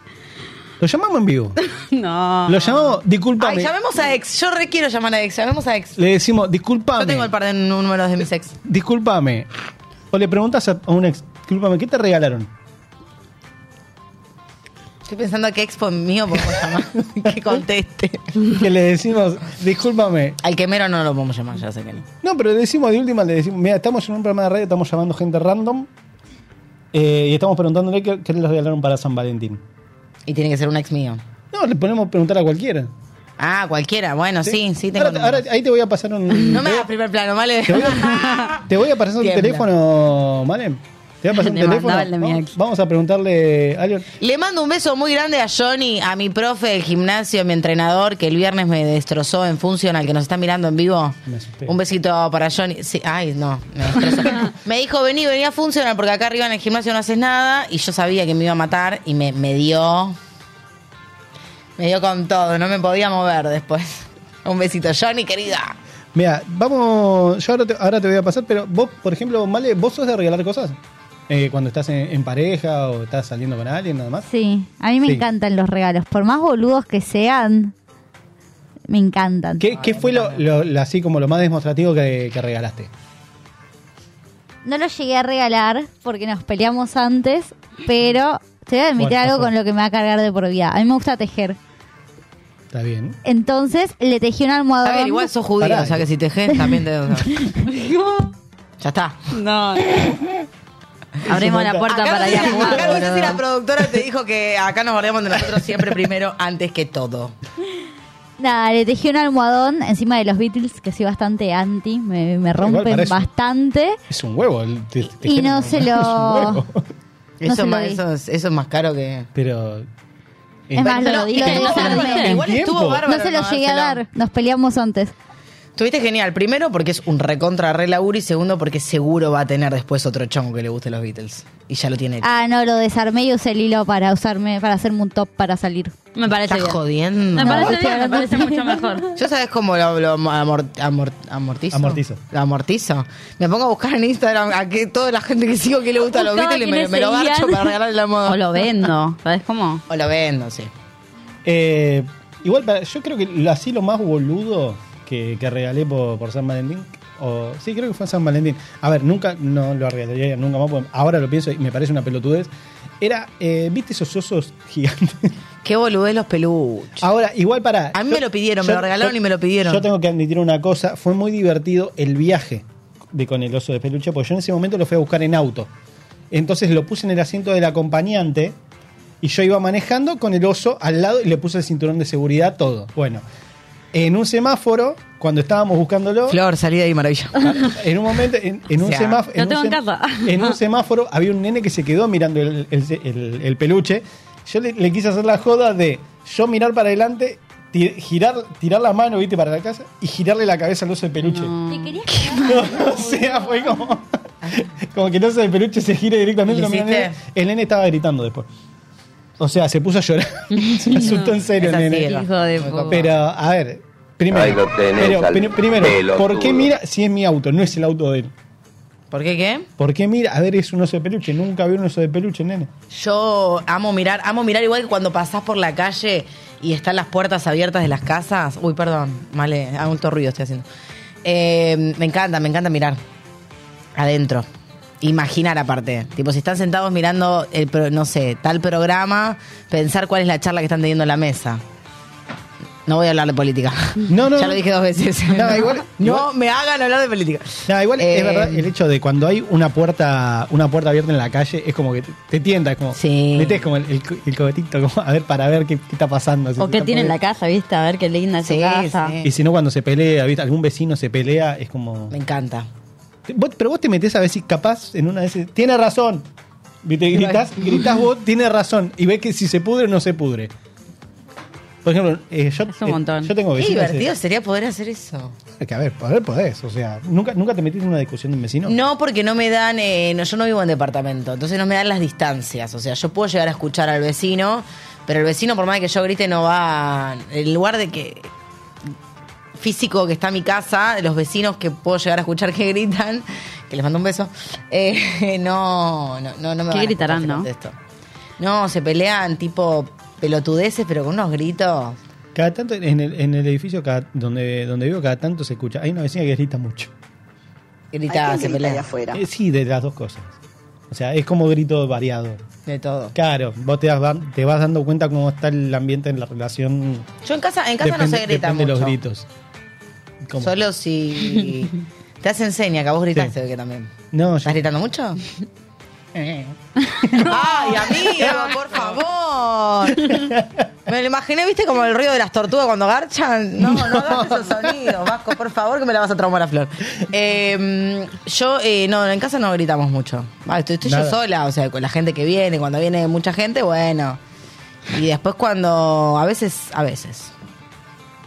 S4: Lo llamamos en vivo.
S9: No.
S4: Lo llamamos,
S7: Ay,
S4: disculpame.
S7: llamemos a ex. Yo requiero llamar a ex. Llamemos a ex.
S4: Le decimos, disculpame.
S7: Yo tengo el par de números de mis ex.
S4: Disculpame. O le preguntas a a un ex, disculpame, ¿qué te regalaron?
S7: Estoy pensando a qué expo mío podemos llamar. que conteste.
S4: Que le decimos, discúlpame.
S7: Al quemero no lo podemos llamar, ya sé que no.
S4: No, pero le decimos de última, le decimos, mira, estamos en un programa de radio, estamos llamando gente random eh, y estamos preguntándole qué, qué les regalaron para San Valentín.
S7: Y tiene que ser un ex mío.
S4: No, le ponemos a preguntar a cualquiera.
S7: Ah, cualquiera. Bueno, sí, sí, tengo.
S4: ahora, ahora ahí te voy a pasar un...
S7: no me das primer plano, ¿vale?
S4: Te voy a, te voy a pasar un
S7: Tiembla.
S4: teléfono, Malem. Te voy a pasar un
S9: Le
S4: teléfono.
S9: mandaba el de mi
S4: Vamos,
S9: ex.
S4: vamos a preguntarle a alguien.
S7: Le mando un beso muy grande a Johnny, a mi profe del gimnasio, a mi entrenador, que el viernes me destrozó en Funcional, que nos está mirando en vivo.
S4: Me asusté.
S7: Un besito para Johnny. Sí, ay, no, me destrozó. me dijo, vení, vení a Funcional, porque acá arriba en el gimnasio no haces nada, y yo sabía que me iba a matar, y me, me dio... Me dio con todo, no me podía mover después. Un besito, Johnny, querida.
S4: Mira, vamos. Yo ahora te, ahora te voy a pasar, pero vos, por ejemplo, Male, ¿vos sos de regalar cosas? Eh, cuando estás en, en pareja o estás saliendo con alguien, nada más.
S6: Sí, a mí me
S4: Sí.
S6: encantan los regalos. Por más boludos que sean, me encantan.
S4: ¿Qué, qué fue lo, lo- lo- así como lo más demostrativo que, que regalaste?
S6: No los llegué a regalar porque nos peleamos antes, pero te voy a admitir
S4: Bueno,
S6: algo
S4: ojo.
S6: con lo que me va a cargar de por vida. A mí me gusta tejer.
S4: Está bien.
S6: Entonces le tejí un almohadón.
S7: A ver, igual sos judío,
S4: Pará. eh.
S7: o sea que si tejes también te... ya está.
S9: No. Abrimos la puerta
S7: Acá
S9: para
S7: no
S9: ir
S7: sé
S9: a
S7: si-
S9: jugar,
S7: acá no sé si la
S9: boludo.
S7: productora te dijo que acá nos bardeamos de nosotros siempre primero, antes que todo.
S6: Nada, le tejí un almohadón encima de los Beatles, que soy bastante anti, me, me rompen
S4: para eso.
S6: bastante.
S4: Es un huevo. el te-
S6: Y
S4: tejer
S6: no
S4: un-
S6: se
S4: es un
S6: lo-
S4: huevo.
S6: No
S7: Eso,
S6: se lo
S7: más,
S6: di.
S7: eso, es, eso es más caro que...
S4: Pero. eh,
S6: Es más, lo,
S7: No,
S6: lo di.
S7: no,
S6: lo di
S7: no
S6: por
S7: se Ah, lo
S6: mí.
S7: diste.
S4: En
S7: Igual estuvo
S4: tiempo.
S7: bárbaro.
S6: No se lo
S7: no
S6: llegué a
S7: dárselo.
S6: dar, nos peleamos antes.
S7: Estuviste genial. Primero, porque es un recontra re laburo. Y segundo, porque seguro va a tener después otro chongo que le guste los Beatles. Y Ah, ya lo tiene. él.
S6: Ah, no, lo desarmé y usé el hilo para usarme, para hacerme un top para salir.
S9: Me parece
S7: Estás
S9: bien.
S7: jodiendo.
S9: Me parece
S6: estoy
S9: bien, me
S6: hablando
S9: parece
S6: bien.
S9: mucho mejor.
S7: Yo sabes cómo lo, lo amor- amor- amortizo.
S4: Amortizo.
S7: Lo amortizo. Me pongo a buscar en Instagram a que toda la gente que sigo que le gusta los
S9: Buscaba
S7: Beatles y me,
S9: quiénes
S7: me lo garcho
S9: seguían.
S7: para regalarle la moda.
S9: O lo vendo, ¿sabes cómo?
S7: O lo vendo, sí.
S4: Eh, igual, para- yo creo que lo- así lo más boludo que, que regalé por, por San Valentín. O, sí, creo que fue San Valentín. A ver, nunca no lo regalaría nunca más. porque ahora lo pienso y me parece una pelotudez. Era, eh, ¿viste esos osos gigantes?
S7: Qué boludez los peluches.
S4: Ahora, igual para.
S7: A mí me lo pidieron, me lo regalaron y me lo pidieron.
S4: Yo tengo que admitir una cosa: fue muy divertido el viaje de con el oso de peluche, porque yo en ese momento lo fui a buscar en auto. Entonces lo puse en el asiento del acompañante y yo iba manejando con el oso al lado y le puse el cinturón de seguridad, todo. Bueno, en un semáforo, cuando estábamos buscándolo.
S7: Flor, salí de ahí, maravilla.
S4: Ah, En un momento, en, en
S7: O
S4: un
S7: sea,
S4: semáforo.
S9: lo
S4: En, un
S9: tengo en
S4: sem-
S9: casa.
S4: en un semáforo había un nene que se quedó mirando el, el- el- el peluche. Yo le, le quise hacer la joda de yo mirar para adelante, ti- girar, tirar la mano, viste, para la casa y girarle la cabeza al oso de peluche.
S7: Mm.
S6: Te querías quedar
S4: o sea, fue como. Como que el oso de peluche se gira directamente.
S7: ¿Y
S4: lo mira al nene.
S7: hiciste?
S4: El nene estaba gritando después. O sea, se puso a llorar. se asustó en serio
S7: Es
S4: el
S7: así,
S4: nene.
S7: es
S9: Hijo de puta.
S4: Pero, a ver, primero,
S2: Ahí lo tenés
S4: pero,
S2: al
S4: pri- primero ¿por qué
S2: pelotudo.
S4: mira si es mi auto, no es el auto de él?
S7: ¿Por qué qué?
S4: ¿Por qué mira? A ver, es un oso de peluche, nunca vi un oso de peluche, nene.
S7: Yo amo mirar, amo mirar igual que cuando pasás por la calle y están las puertas abiertas de las casas. Uy, perdón, vale, hago un ruido estoy haciendo. Eh, me encanta, me encanta mirar adentro. Imaginar aparte. Tipo, si están sentados mirando, el pro- no sé, tal programa, pensar cuál es la charla que están teniendo en la mesa. No voy a hablar de política.
S4: No, no,
S7: Ya
S4: no.
S7: lo dije dos veces.
S4: No, igual-
S7: No
S4: igual-
S7: me hagan hablar de política.
S4: Nah, igual
S7: Eh,
S4: es verdad el hecho de cuando hay una puerta una puerta abierta en la calle, es como que te, te tienta, es como.
S7: Sí.
S4: Metes como el, el co- el cohetito, como a ver, para ver qué, qué está pasando. si
S9: O
S4: se
S9: que
S4: está
S9: tiene en la
S4: poniendo-
S9: casa, ¿viste? A ver qué linda es su
S7: Sí,
S9: casa.
S7: sí.
S4: Y si no, cuando se pelea, ¿viste? algún vecino se pelea, es como.
S7: Me encanta.
S4: Te- vos- pero vos te metés a ver si capaz en una de esas. Tiene razón. ¿Viste? Gritás, gritás vos, tiene razón. Y ves que si se pudre o no se pudre. Por ejemplo, eh, yo,
S9: Es un
S4: eh,
S9: montón.
S4: yo tengo
S7: Qué
S4: vecinos.
S7: divertido sería poder hacer eso.
S4: eh, que a ver, poder podés. O sea, ¿nunca, nunca te metiste en una discusión de un vecino?
S7: No, porque no me dan, eh, no, yo no vivo en departamento, entonces no me dan las distancias. O sea, yo puedo llegar a escuchar al vecino, pero el vecino, por más que yo grite, no va. El lugar de que físico que está mi casa, de los vecinos que puedo llegar a escuchar que gritan, que les mando un beso, eh, no, no, no, no me van
S9: ¿Qué
S7: a
S9: gritarán,
S7: escuchar
S9: no?
S7: si contesto. No, se pelean tipo pelotudeces, pero con unos gritos.
S4: Cada tanto, en el, en el edificio cada- donde, donde vivo, cada tanto se escucha. Hay una vecina que grita mucho.
S7: Gritaban, se pelean.
S4: Eh, sí, de las dos cosas. O sea, es como grito variado.
S7: De todo.
S4: Claro, vos te, das- te vas dando cuenta cómo está el ambiente en la relación.
S7: Yo en casa, en casa no se grita
S4: depende
S7: mucho.
S4: de los gritos. ¿Cómo?
S7: Solo si te hace enseña que a vos gritaste
S4: Sí.
S7: que también.
S4: No, yo-
S7: ¿Estás gritando mucho?
S4: Eh.
S7: ¡Ay, amigo, por favor! Me lo imaginé, ¿viste? Como el ruido de las tortugas cuando garchan. No, no hagas esos sonidos, Vasco, por favor, que me la vas a traumar a Flor. Eh, yo, eh, no, en casa no gritamos mucho. Ah, estoy estoy yo
S4: Nada.
S7: sola, o sea, con la gente que viene, cuando viene mucha gente, bueno. Y después cuando, a veces, a veces.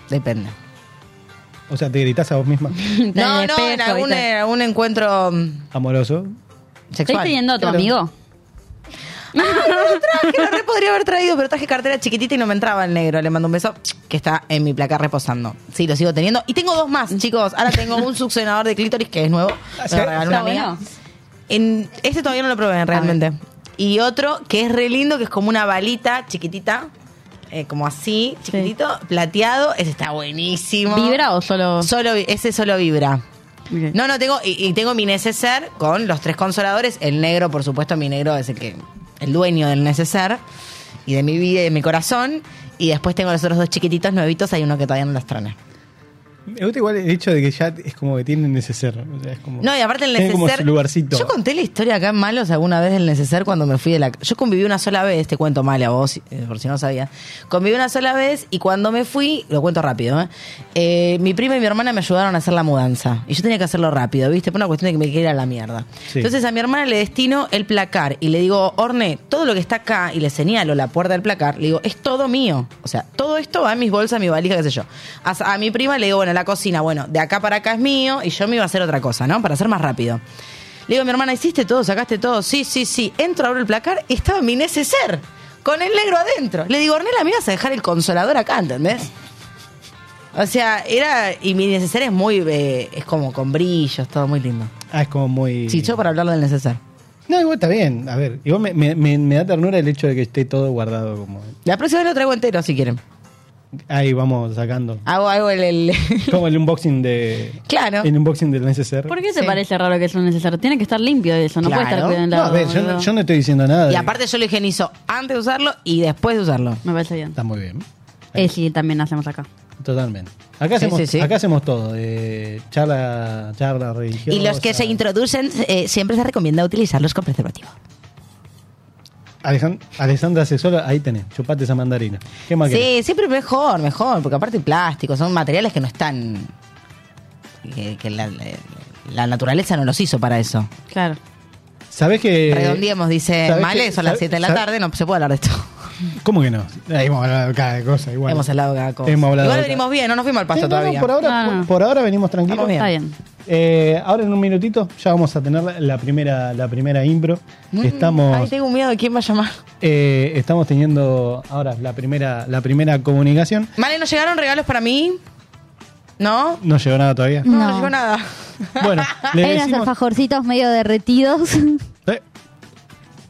S7: Depende.
S4: o sea, te gritas a vos misma.
S9: Está en
S7: No,
S9: el
S7: no, en
S9: espejo,
S7: algún,
S9: ¿viste?
S7: en algún encuentro mm,
S4: Amoroso.
S7: sexual.
S9: ¿Estás teniendo a tu
S4: Claro.
S9: amigo?
S7: Que lo re podría haber traído, pero traje cartera chiquitita y no me entraba el negro. Le mando un beso que está en mi placa reposando. Sí, lo sigo teniendo. Y tengo dos más, chicos. Ahora tengo un succionador de clítoris que es nuevo. Me lo regaló una
S9: Está
S7: amiga.
S9: bueno.
S7: En, este todavía no lo probé realmente. Y otro que es re lindo, que es como una balita chiquitita, eh, como así, chiquitito, plateado. Ese está buenísimo.
S9: ¿Vibra o solo...?
S7: Solo, vi- ese solo vibra.
S9: Ok.
S7: No, no, tengo, y, y tengo mi neceser con los tres consoladores. El negro, por supuesto, mi negro es el que, el dueño del neceser y de mi vida y de mi corazón. Y después tengo los otros dos chiquititos nuevitos, hay uno que todavía no los trae.
S4: Me gusta igual el hecho de que ya es como que tienen ese ser. o sea, es como-
S7: No, y aparte el
S4: tiene como
S7: neceser.
S4: su lugarcito.
S7: Yo conté la historia acá en Malos alguna vez del neceser cuando me fui de la. Yo conviví una sola vez, te cuento mal a vos, eh, por si no sabías. Conviví una sola vez y cuando me fui, lo cuento rápido, ¿eh? Eh, mi prima y mi hermana me ayudaron a hacer la mudanza. Y yo tenía que hacerlo rápido, ¿viste? Por una cuestión de que me quería ir a la mierda.
S4: Sí.
S7: Entonces a mi hermana le destino el placar y le digo, Orne, todo lo que está acá, y le señalo la puerta del placar, le digo, es todo mío. O sea, todo esto va en mis bolsas, mi valija, qué sé yo. A, a mi prima le digo, bueno, la cocina, bueno, de acá para acá es mío, y yo me iba a hacer otra cosa, ¿no? Para hacer más rápido. Le digo, mi hermana, ¿hiciste todo? ¿Sacaste todo? Sí, sí, sí. Entro, abro el placar y estaba mi neceser. Con el negro adentro. Le digo, Ornella, me ibas a dejar el consolador acá, ¿entendés? O sea, era. Y mi neceser es muy. eh, es como con brillos, todo muy lindo.
S4: Ah, es como muy.
S7: Chicho para hablar del neceser.
S4: No, igual está bien. A ver, igual me, me- me- me da ternura el hecho de que esté todo guardado como.
S7: La próxima vez lo traigo entero si quieren.
S4: Ahí vamos sacando.
S7: Hago, hago el. el-
S4: Como el unboxing de.
S7: claro.
S4: El unboxing del neceser.
S9: ¿Por qué te
S7: Sí.
S9: parece raro que eso es necesario? Tiene que estar limpio de eso, no puede
S7: Claro.
S9: estar cuidado.
S4: No, a ver, yo, no- yo no estoy diciendo nada.
S7: Y
S4: de-
S7: aparte yo lo higienizo antes de usarlo y después de usarlo.
S9: Me parece bien.
S4: Está muy bien.
S9: Eh, sí, también hacemos acá.
S4: Totalmente. Acá
S7: Sí,
S4: hacemos,
S7: sí, sí.
S4: Acá hacemos todo. eh, charla, charla religiosa.
S7: Y los que se introducen, eh, siempre se recomienda utilizarlos con preservativo.
S4: Alejand- Alessandra Cesola, ahí tenés. Chupate esa mandarina. ¿Qué más querés?
S7: Sí, siempre mejor, mejor, porque aparte el plástico, son materiales que no están... que, que la, la- la naturaleza no los hizo para eso.
S9: Claro.
S4: ¿Sabés que.
S7: Redondiemos, dice
S4: Eh, ¿sabés
S7: Male,
S4: que-
S7: son las
S4: sab-
S7: 7 de la
S4: sab-
S7: tarde, no se puede hablar de esto.
S4: ¿Cómo que no? Ahí hemos hablado de cada cosa. Igual.
S7: Hemos hablado de cada cosa.
S4: Hemos hablado
S7: Igual
S4: de cada-
S7: venimos bien, no nos fuimos al pasto
S4: Sí, no, no,
S7: todavía.
S4: por, ahora,
S9: No, no.
S4: Por, por ahora venimos tranquilos.
S7: Estamos bien.
S9: Está bien.
S4: Eh, ahora en un minutito ya vamos a tener la, la primera la primera impro.
S7: Ay,
S4: Estamos
S7: tengo miedo de quién va a llamar.
S4: eh, estamos teniendo ahora la primera la primera comunicación.
S7: Male, ¿nos llegaron regalos para mí? ¿No?
S4: No llegó nada todavía.
S7: No, no,
S6: No.
S7: llegó nada.
S4: Bueno, le
S6: Hay unos
S4: decimos-
S6: alfajorcitos medio derretidos.
S4: Eh,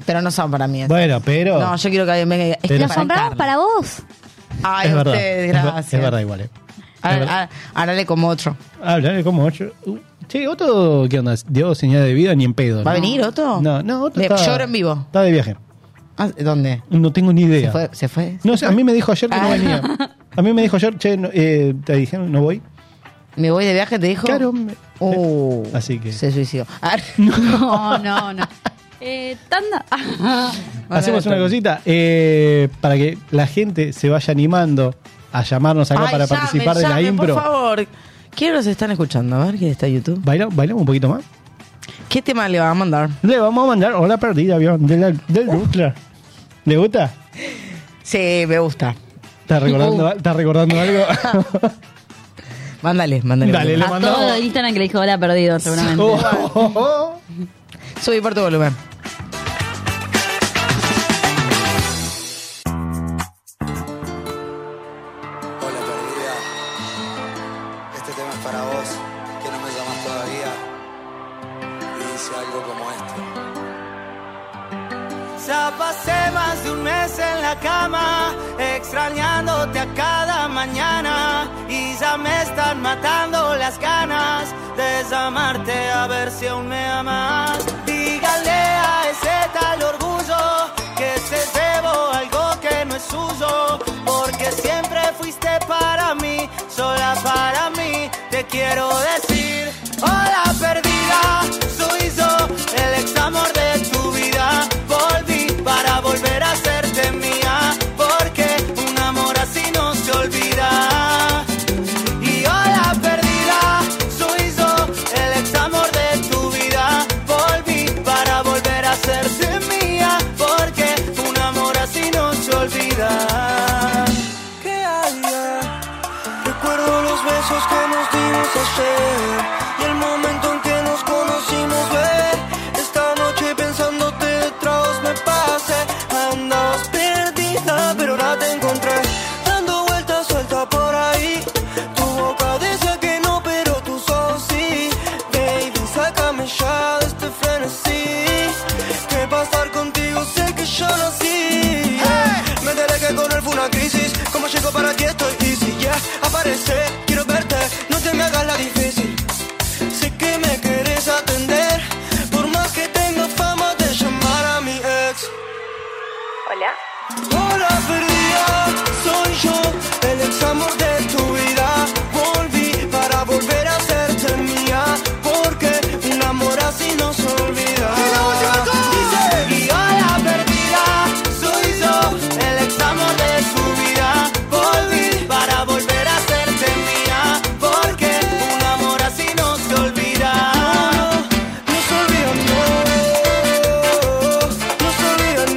S7: Pero no son para mí. esos.
S4: bueno, pero
S7: No, yo quiero que me... es que
S4: Pero-
S7: no
S6: Los compramos para vos.
S7: Ay,
S4: es
S7: a
S4: verdad.
S7: ustedes,
S4: es ver-
S7: gracias.
S4: Es, verdad igual. eh.
S7: Ahora-
S4: Es verdad.
S7: ahora- ahora le como otro.
S4: Hablar de como ocho. Uh, Che, Otto, ¿qué onda? Dio señal de vida ni en pedo.
S7: ¿Va a
S4: ¿no?
S7: venir Otto?
S4: No, no, Otto
S7: Le-
S4: está-
S7: Lloro en vivo.
S4: Está de viaje.
S7: Ah, ¿Dónde?
S4: No tengo ni idea.
S7: ¿Se fue? ¿Se fue?
S4: No sé, a mí me dijo ayer que no
S7: Ah.
S4: venía. A mí me dijo ayer, che, no- eh, te dijeron, no voy.
S7: ¿Me voy de viaje? ¿Te dijo?
S4: Claro, me-
S7: Oh,
S4: Así que-
S7: Se suicidó. Ah,
S9: No, no, no. Eh, tanda.
S7: Hola,
S4: Hacemos una
S7: Tom.
S4: cosita eh, para que la gente se vaya animando a llamarnos acá
S7: Ay,
S4: para
S7: llamen,
S4: participar de la
S7: llamen,
S4: impro.
S7: Por favor. ¿Quién nos están escuchando? A ver, ¿quién está en YouTube?
S4: Baila- Bailamos un poquito más.
S7: ¿Qué tema le van a mandar?
S4: Le vamos a mandar Hola Perdida, avión de la-
S7: Uh.
S4: del Rutler. ¿Le gusta?
S7: Sí, me gusta.
S4: ¿Estás
S7: Uh.
S4: recordando, ¿estás recordando algo?
S7: Mándale, mándale.
S4: Dale, le
S9: A todo
S4: mandamos.
S9: Instagram que le dijo, hola, perdido, seguramente.
S4: Oh, oh, oh.
S7: Subí por tu volumen.
S3: Hola perdida, este tema es para vos, que no me llamas todavía. Y dice algo como esto. Ya pasé más de un mes en la cama, extrañándote a cada mañana. Y ya me están matando las ganas de llamarte a ver si aún me amas. Dígale a ese tal orgullo que se llevó algo que no es suyo, porque siempre fuiste para mí, sola para mí. Te quiero decir, hola perdida, soy yo, el ex amor de tu vida. Volví para volver a hacerte mía, porque un amor así no se olvida. Y hola perdida, soy yo, el ex amor de tu vida. Volví para volver a hacerte mía, porque un amor así no se olvida. Que haya, recuerdo los besos que nos dimos ayer y el momento en que nos conocimos ver. Esta noche pensándote de tragos me pasé, andabas perdida, pero ahora te encontré. Dando vueltas suelta por ahí, tu boca dice que no, pero tus ojos sí. Baby, sácame ya de este frenesí. Que pasar contigo sé que yo nací. Me enteré que con él fue una crisis. Como llego para ti estoy easy, yeah. Aparece, quiero verte, no te me hagas la difícil. Sé que me querés atender, por más que tenga fama de llamar a mi ex. Hola perdida, soy yo, el ex amor de tu vida. Volví para volver a hacerte mía, porque un amor así no se olvida. Dice, y hola perdida, soy yo, el ex amor de tu vida. Volví para volver a hacerte mía, porque un amor así no se olvida. No, no se olvida, no, no se olvida, no.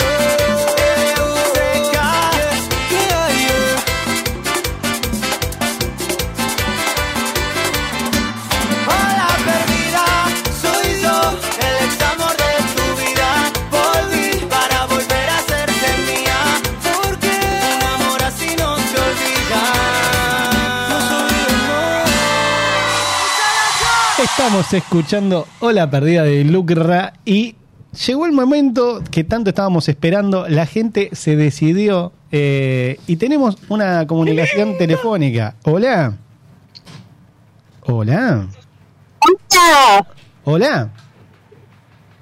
S3: Seca.
S4: Estábamos escuchando Hola Perdida de Lucra y llegó el momento que tanto estábamos esperando. La gente se decidió eh, y tenemos una comunicación telefónica. Hola. Hola. Hola.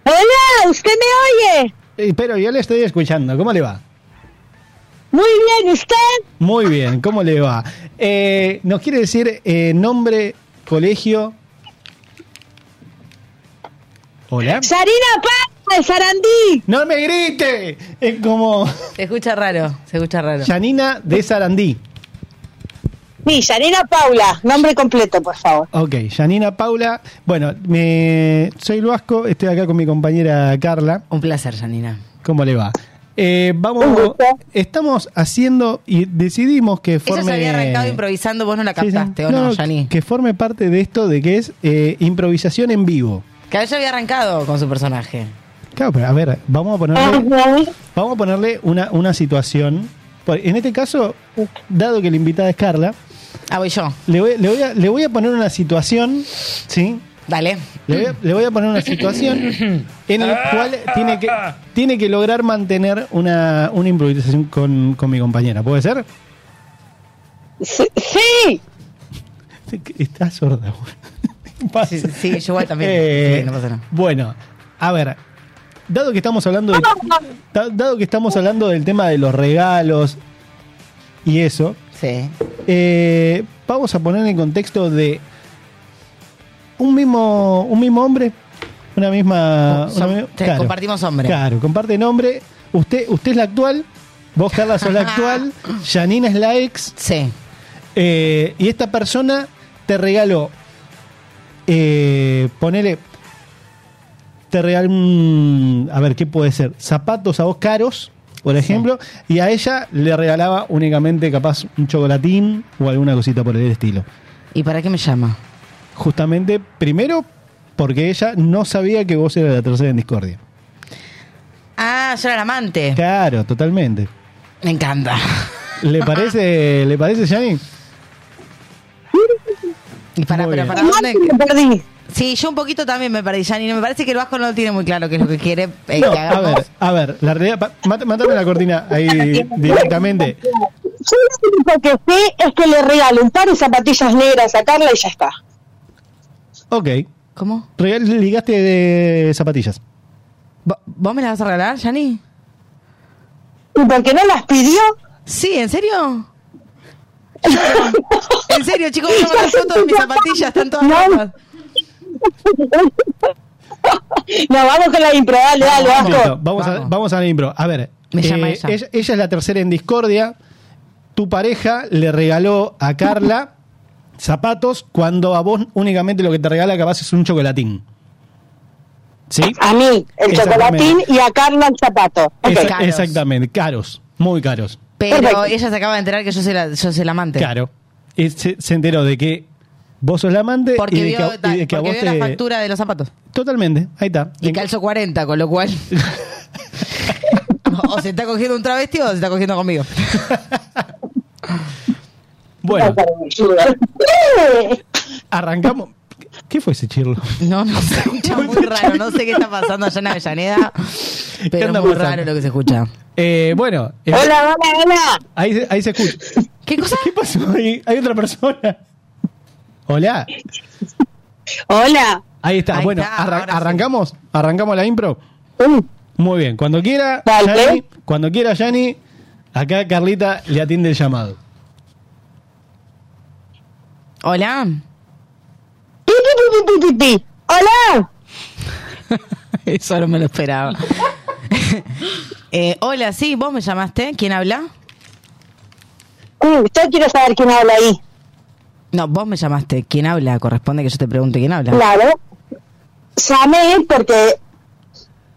S10: Hola, ¿usted me oye?
S4: Eh, Pero yo le estoy escuchando. ¿Cómo le va?
S10: Muy bien, ¿usted?
S4: Muy bien, ¿cómo le va? Eh, ¿Nos quiere decir eh, nombre, colegio? Hola.
S10: Sarina Paz, de Sarandí.
S4: ¡No me grite! Es como
S7: Se escucha raro, se escucha raro.
S4: Janina de Sarandí.
S10: Sí, Sarina Paula, nombre completo, por favor.
S4: Ok, Janina Paula. Bueno, me... soy Luasco, estoy acá con mi compañera Carla.
S7: Un placer, Janina.
S4: ¿Cómo le va? Eh, vamos,
S10: Un gusto.
S4: estamos haciendo y decidimos que forme...
S7: Eso se había arrancado improvisando, vos no la
S4: Sí, sí.
S7: captaste, ¿o no, Janina?
S4: Que forme parte de esto de que es eh, improvisación en vivo.
S7: Que ella había arrancado con su personaje.
S4: Claro, pero a ver, vamos a ponerle, vamos a ponerle una, una situación. Por- En este caso, dado que la invitada es Carla,
S7: Ah, voy yo.
S4: le voy, le voy a, le voy a poner una situación, ¿sí?
S7: Dale.
S4: Le voy, a, le voy a poner una situación en la cual tiene que, tiene que lograr mantener una, una improvisación con, con mi compañera. ¿Puede ser?
S10: Sí, sí.
S4: Está sorda. boludo. ¿Qué pasa?
S7: Sí, sí, yo igual también.
S4: Eh,
S7: Sí, no pasa nada.
S4: Bueno, a ver. Dado que estamos hablando de- da- dado que estamos hablando del tema de los regalos y eso,
S7: Sí.
S4: eh, vamos a poner en contexto de un mismo un mismo hombre, una misma
S7: Som-
S4: Ah, una mi-
S7: te- compartimos hombre.
S4: Claro, comparte nombre. Usted usted es la actual, vos Carla sos la actual, Janina es la ex.
S7: Sí.
S4: Eh, y esta persona te regaló, eh, ponele, te regaló, un- a ver, ¿qué puede ser? Zapatos a vos caros, por ejemplo, y a ella le regalaba únicamente capaz un chocolatín o alguna cosita por el estilo.
S7: ¿Y para qué me llama?
S4: Justamente, primero, porque ella no sabía que vos eras la tercera en discordia.
S7: Ah, yo era el amante.
S4: Claro, totalmente.
S7: Me encanta.
S4: ¿Le parece, ¿le parece, Janine?
S7: Y para,
S4: Muy
S7: pero
S4: bien.
S7: para
S10: Mal que
S7: dónde.
S10: me perdí.
S7: Sí, yo un poquito también me perdí, Yanni. Me parece que el Vasco no tiene muy claro qué es lo que quiere eh,
S4: No,
S7: que
S4: a
S7: hagamos.
S4: ver, a ver, la realidad, pa- mat- matame la cortina ahí directamente.
S10: Yo lo único que sé es que le regalo un par de zapatillas negras a Carla y ya está.
S4: Ok.
S7: ¿Cómo?
S4: Regal, ligaste de zapatillas.
S7: ¿Vo- ¿Vos me las vas a regalar, Yanni?
S10: ¿Y por qué no las pidió?
S7: Sí, ¿en serio? en serio, chicos, voy a mandar fotos de mis zapatillas, están todas
S10: No.
S7: rotas.
S10: No, vamos con la impro, dale, dale,
S4: Listo,
S10: Vasco.
S4: vamos, A,
S7: Vamos.
S4: vamos a la impro. A ver,
S7: Me llama ella.
S4: ella es la tercera en discordia. Tu pareja le regaló a Carla zapatos cuando a vos únicamente lo que te regala capaz es un chocolatín. ¿Sí?
S7: Ah,
S10: A mí, el
S4: Exactamente.
S10: chocolatín y a Carla el zapato. Ok.
S4: Esa-
S7: Caros.
S4: Exactamente, caros, muy caros.
S7: Pero
S10: Perfecto.
S7: ella se acaba de enterar que yo soy, la, yo soy el amante.
S4: Claro. Y Eh, se, se enteró de que vos sos la amante y
S7: Porque
S4: de que,
S7: vio,
S4: a- y de que a
S7: porque
S4: vos
S7: vio
S4: te-
S7: la factura de los zapatos.
S4: Totalmente, ahí está.
S7: Y calzo 40, con lo cual. o se está cogiendo un travesti o se está cogiendo conmigo.
S4: Bueno, arrancamos. ¿Qué fue ese chirlo?
S7: No, no se escucha muy raro. No sé qué está pasando allá en Avellaneda. Pero
S4: anda
S7: es muy
S4: pasando?
S7: raro lo que se escucha.
S4: Eh, bueno, eh,
S10: Hola, hola, hola.
S4: ahí, se- ahí se escucha.
S7: ¿Qué cosa?
S4: ¿Qué pasó? Ahí? Hay otra persona. Hola.
S10: Hola.
S4: Ahí está.
S7: Ahí
S4: bueno,
S7: está,
S4: arra-
S7: ahora sí.
S4: arrancamos. Arrancamos la impro.
S10: Mm.
S4: Muy bien. Cuando quiera,
S10: Dale.
S4: Yani, cuando quiera, Yani, acá Carlita le atiende el llamado.
S7: Hola.
S10: Ti, ti, ti, ti, ti, ti, ti. Hola.
S7: Eso no me lo esperaba. Eh, hola, sí, vos me llamaste. ¿Quién habla?
S10: Mm, Yo quiero saber quién habla ahí.
S7: No, vos me llamaste. ¿Quién habla? Corresponde que yo te pregunte quién habla.
S10: Claro. Llamé porque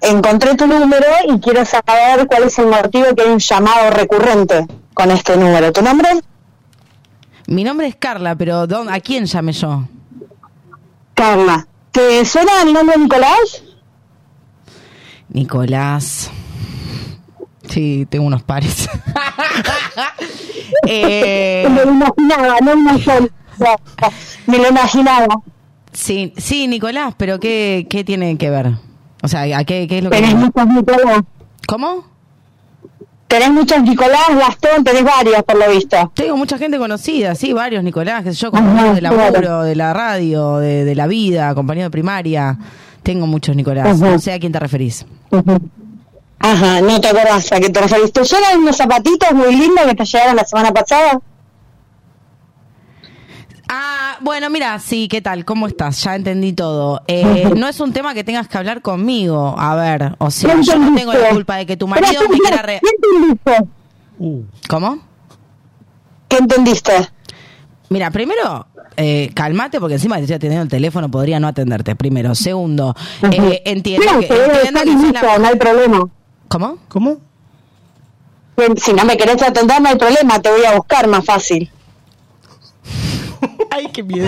S10: encontré tu número y quiero saber cuál es el motivo que hay un llamado recurrente con este número. ¿Tu nombre?
S7: Mi nombre es Carla, pero ¿dó- ¿a quién llamé yo?
S10: Carla. ¿Te suena el nombre de Nicolás?
S7: Nicolás. Sí, tengo unos pares. Eh,
S10: Eh. Me lo imaginaba, no me lo imaginaba. Me lo imaginaba.
S7: Sí, sí, Nicolás, pero ¿qué, qué tiene que ver? O sea, ¿a qué, qué es lo que...
S10: Tenés muchos Nicolás.
S7: ¿Cómo?
S10: Tenés muchos Nicolás, Gastón, tenés varios por lo visto.
S7: Tengo mucha gente conocida, sí, varios, Nicolás, que sé yo, compañeros de laburo,
S10: claro.
S7: de la radio, de, de la vida, compañero de primaria. Tengo muchos Nicolás,
S10: Ujú.
S7: no sé a quién te referís.
S10: Ujú. Ajá, no te acordás a qué te referiste. Yo eran unos zapatitos muy lindos que te llegaron la semana pasada.
S7: Ah, bueno, mira, sí, ¿qué tal? ¿Cómo estás? Ya entendí todo. Eh, no es un tema que tengas que hablar conmigo. A ver, o sea,
S10: No
S7: yo no tengo la
S10: entendiste.
S7: culpa de que tu
S10: Pero
S7: marido
S10: ¿qué
S7: me
S10: entendiste?
S7: quiera re...
S10: ¿Qué entendiste?
S7: ¿Cómo?
S10: ¿Qué entendiste?
S7: Mira, primero, eh, calmate porque encima te estoy atendiendo el teléfono, podría no atenderte, primero. Segundo, eh, entiendo
S10: No,
S7: que...
S10: te voy a
S7: entiendo
S10: dejar
S7: que
S10: y
S7: sos
S10: listo,
S7: la-
S10: no hay problema.
S7: ¿Cómo?
S4: ¿Cómo?
S10: Si no me querés atender, no hay problema, te voy a buscar más fácil.
S7: Ay, qué miedo.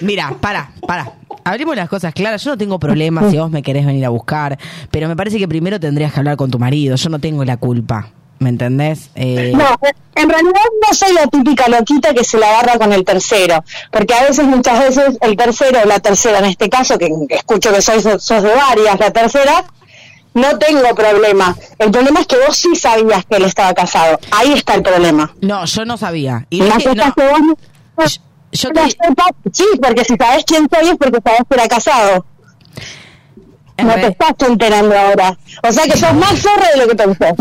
S7: Mira, para, para. Abrimos las cosas claras. Yo no tengo problemas si vos me querés venir a buscar, pero me parece que primero tendrías que hablar con tu marido. Yo no tengo la culpa. ¿Me entendés? Eh,
S10: No, en realidad no soy la típica loquita que se la agarra con el tercero, porque a veces, muchas veces, el tercero o la tercera, en este caso, que escucho que sois, sos de varias, la tercera, no tengo problema. El problema es que vos sí sabías que él estaba casado. Ahí está el problema.
S7: no, yo no sabía. Y
S10: Las
S7: dije, no,
S10: cosas que vos no-
S7: yo
S10: no
S7: te-
S10: sepas- sí, porque si sabés quién soy es porque sabés que era casado.
S7: en
S10: No te
S7: re-
S10: estás enterando ahora. O sea que sos más zorra de lo que pensás.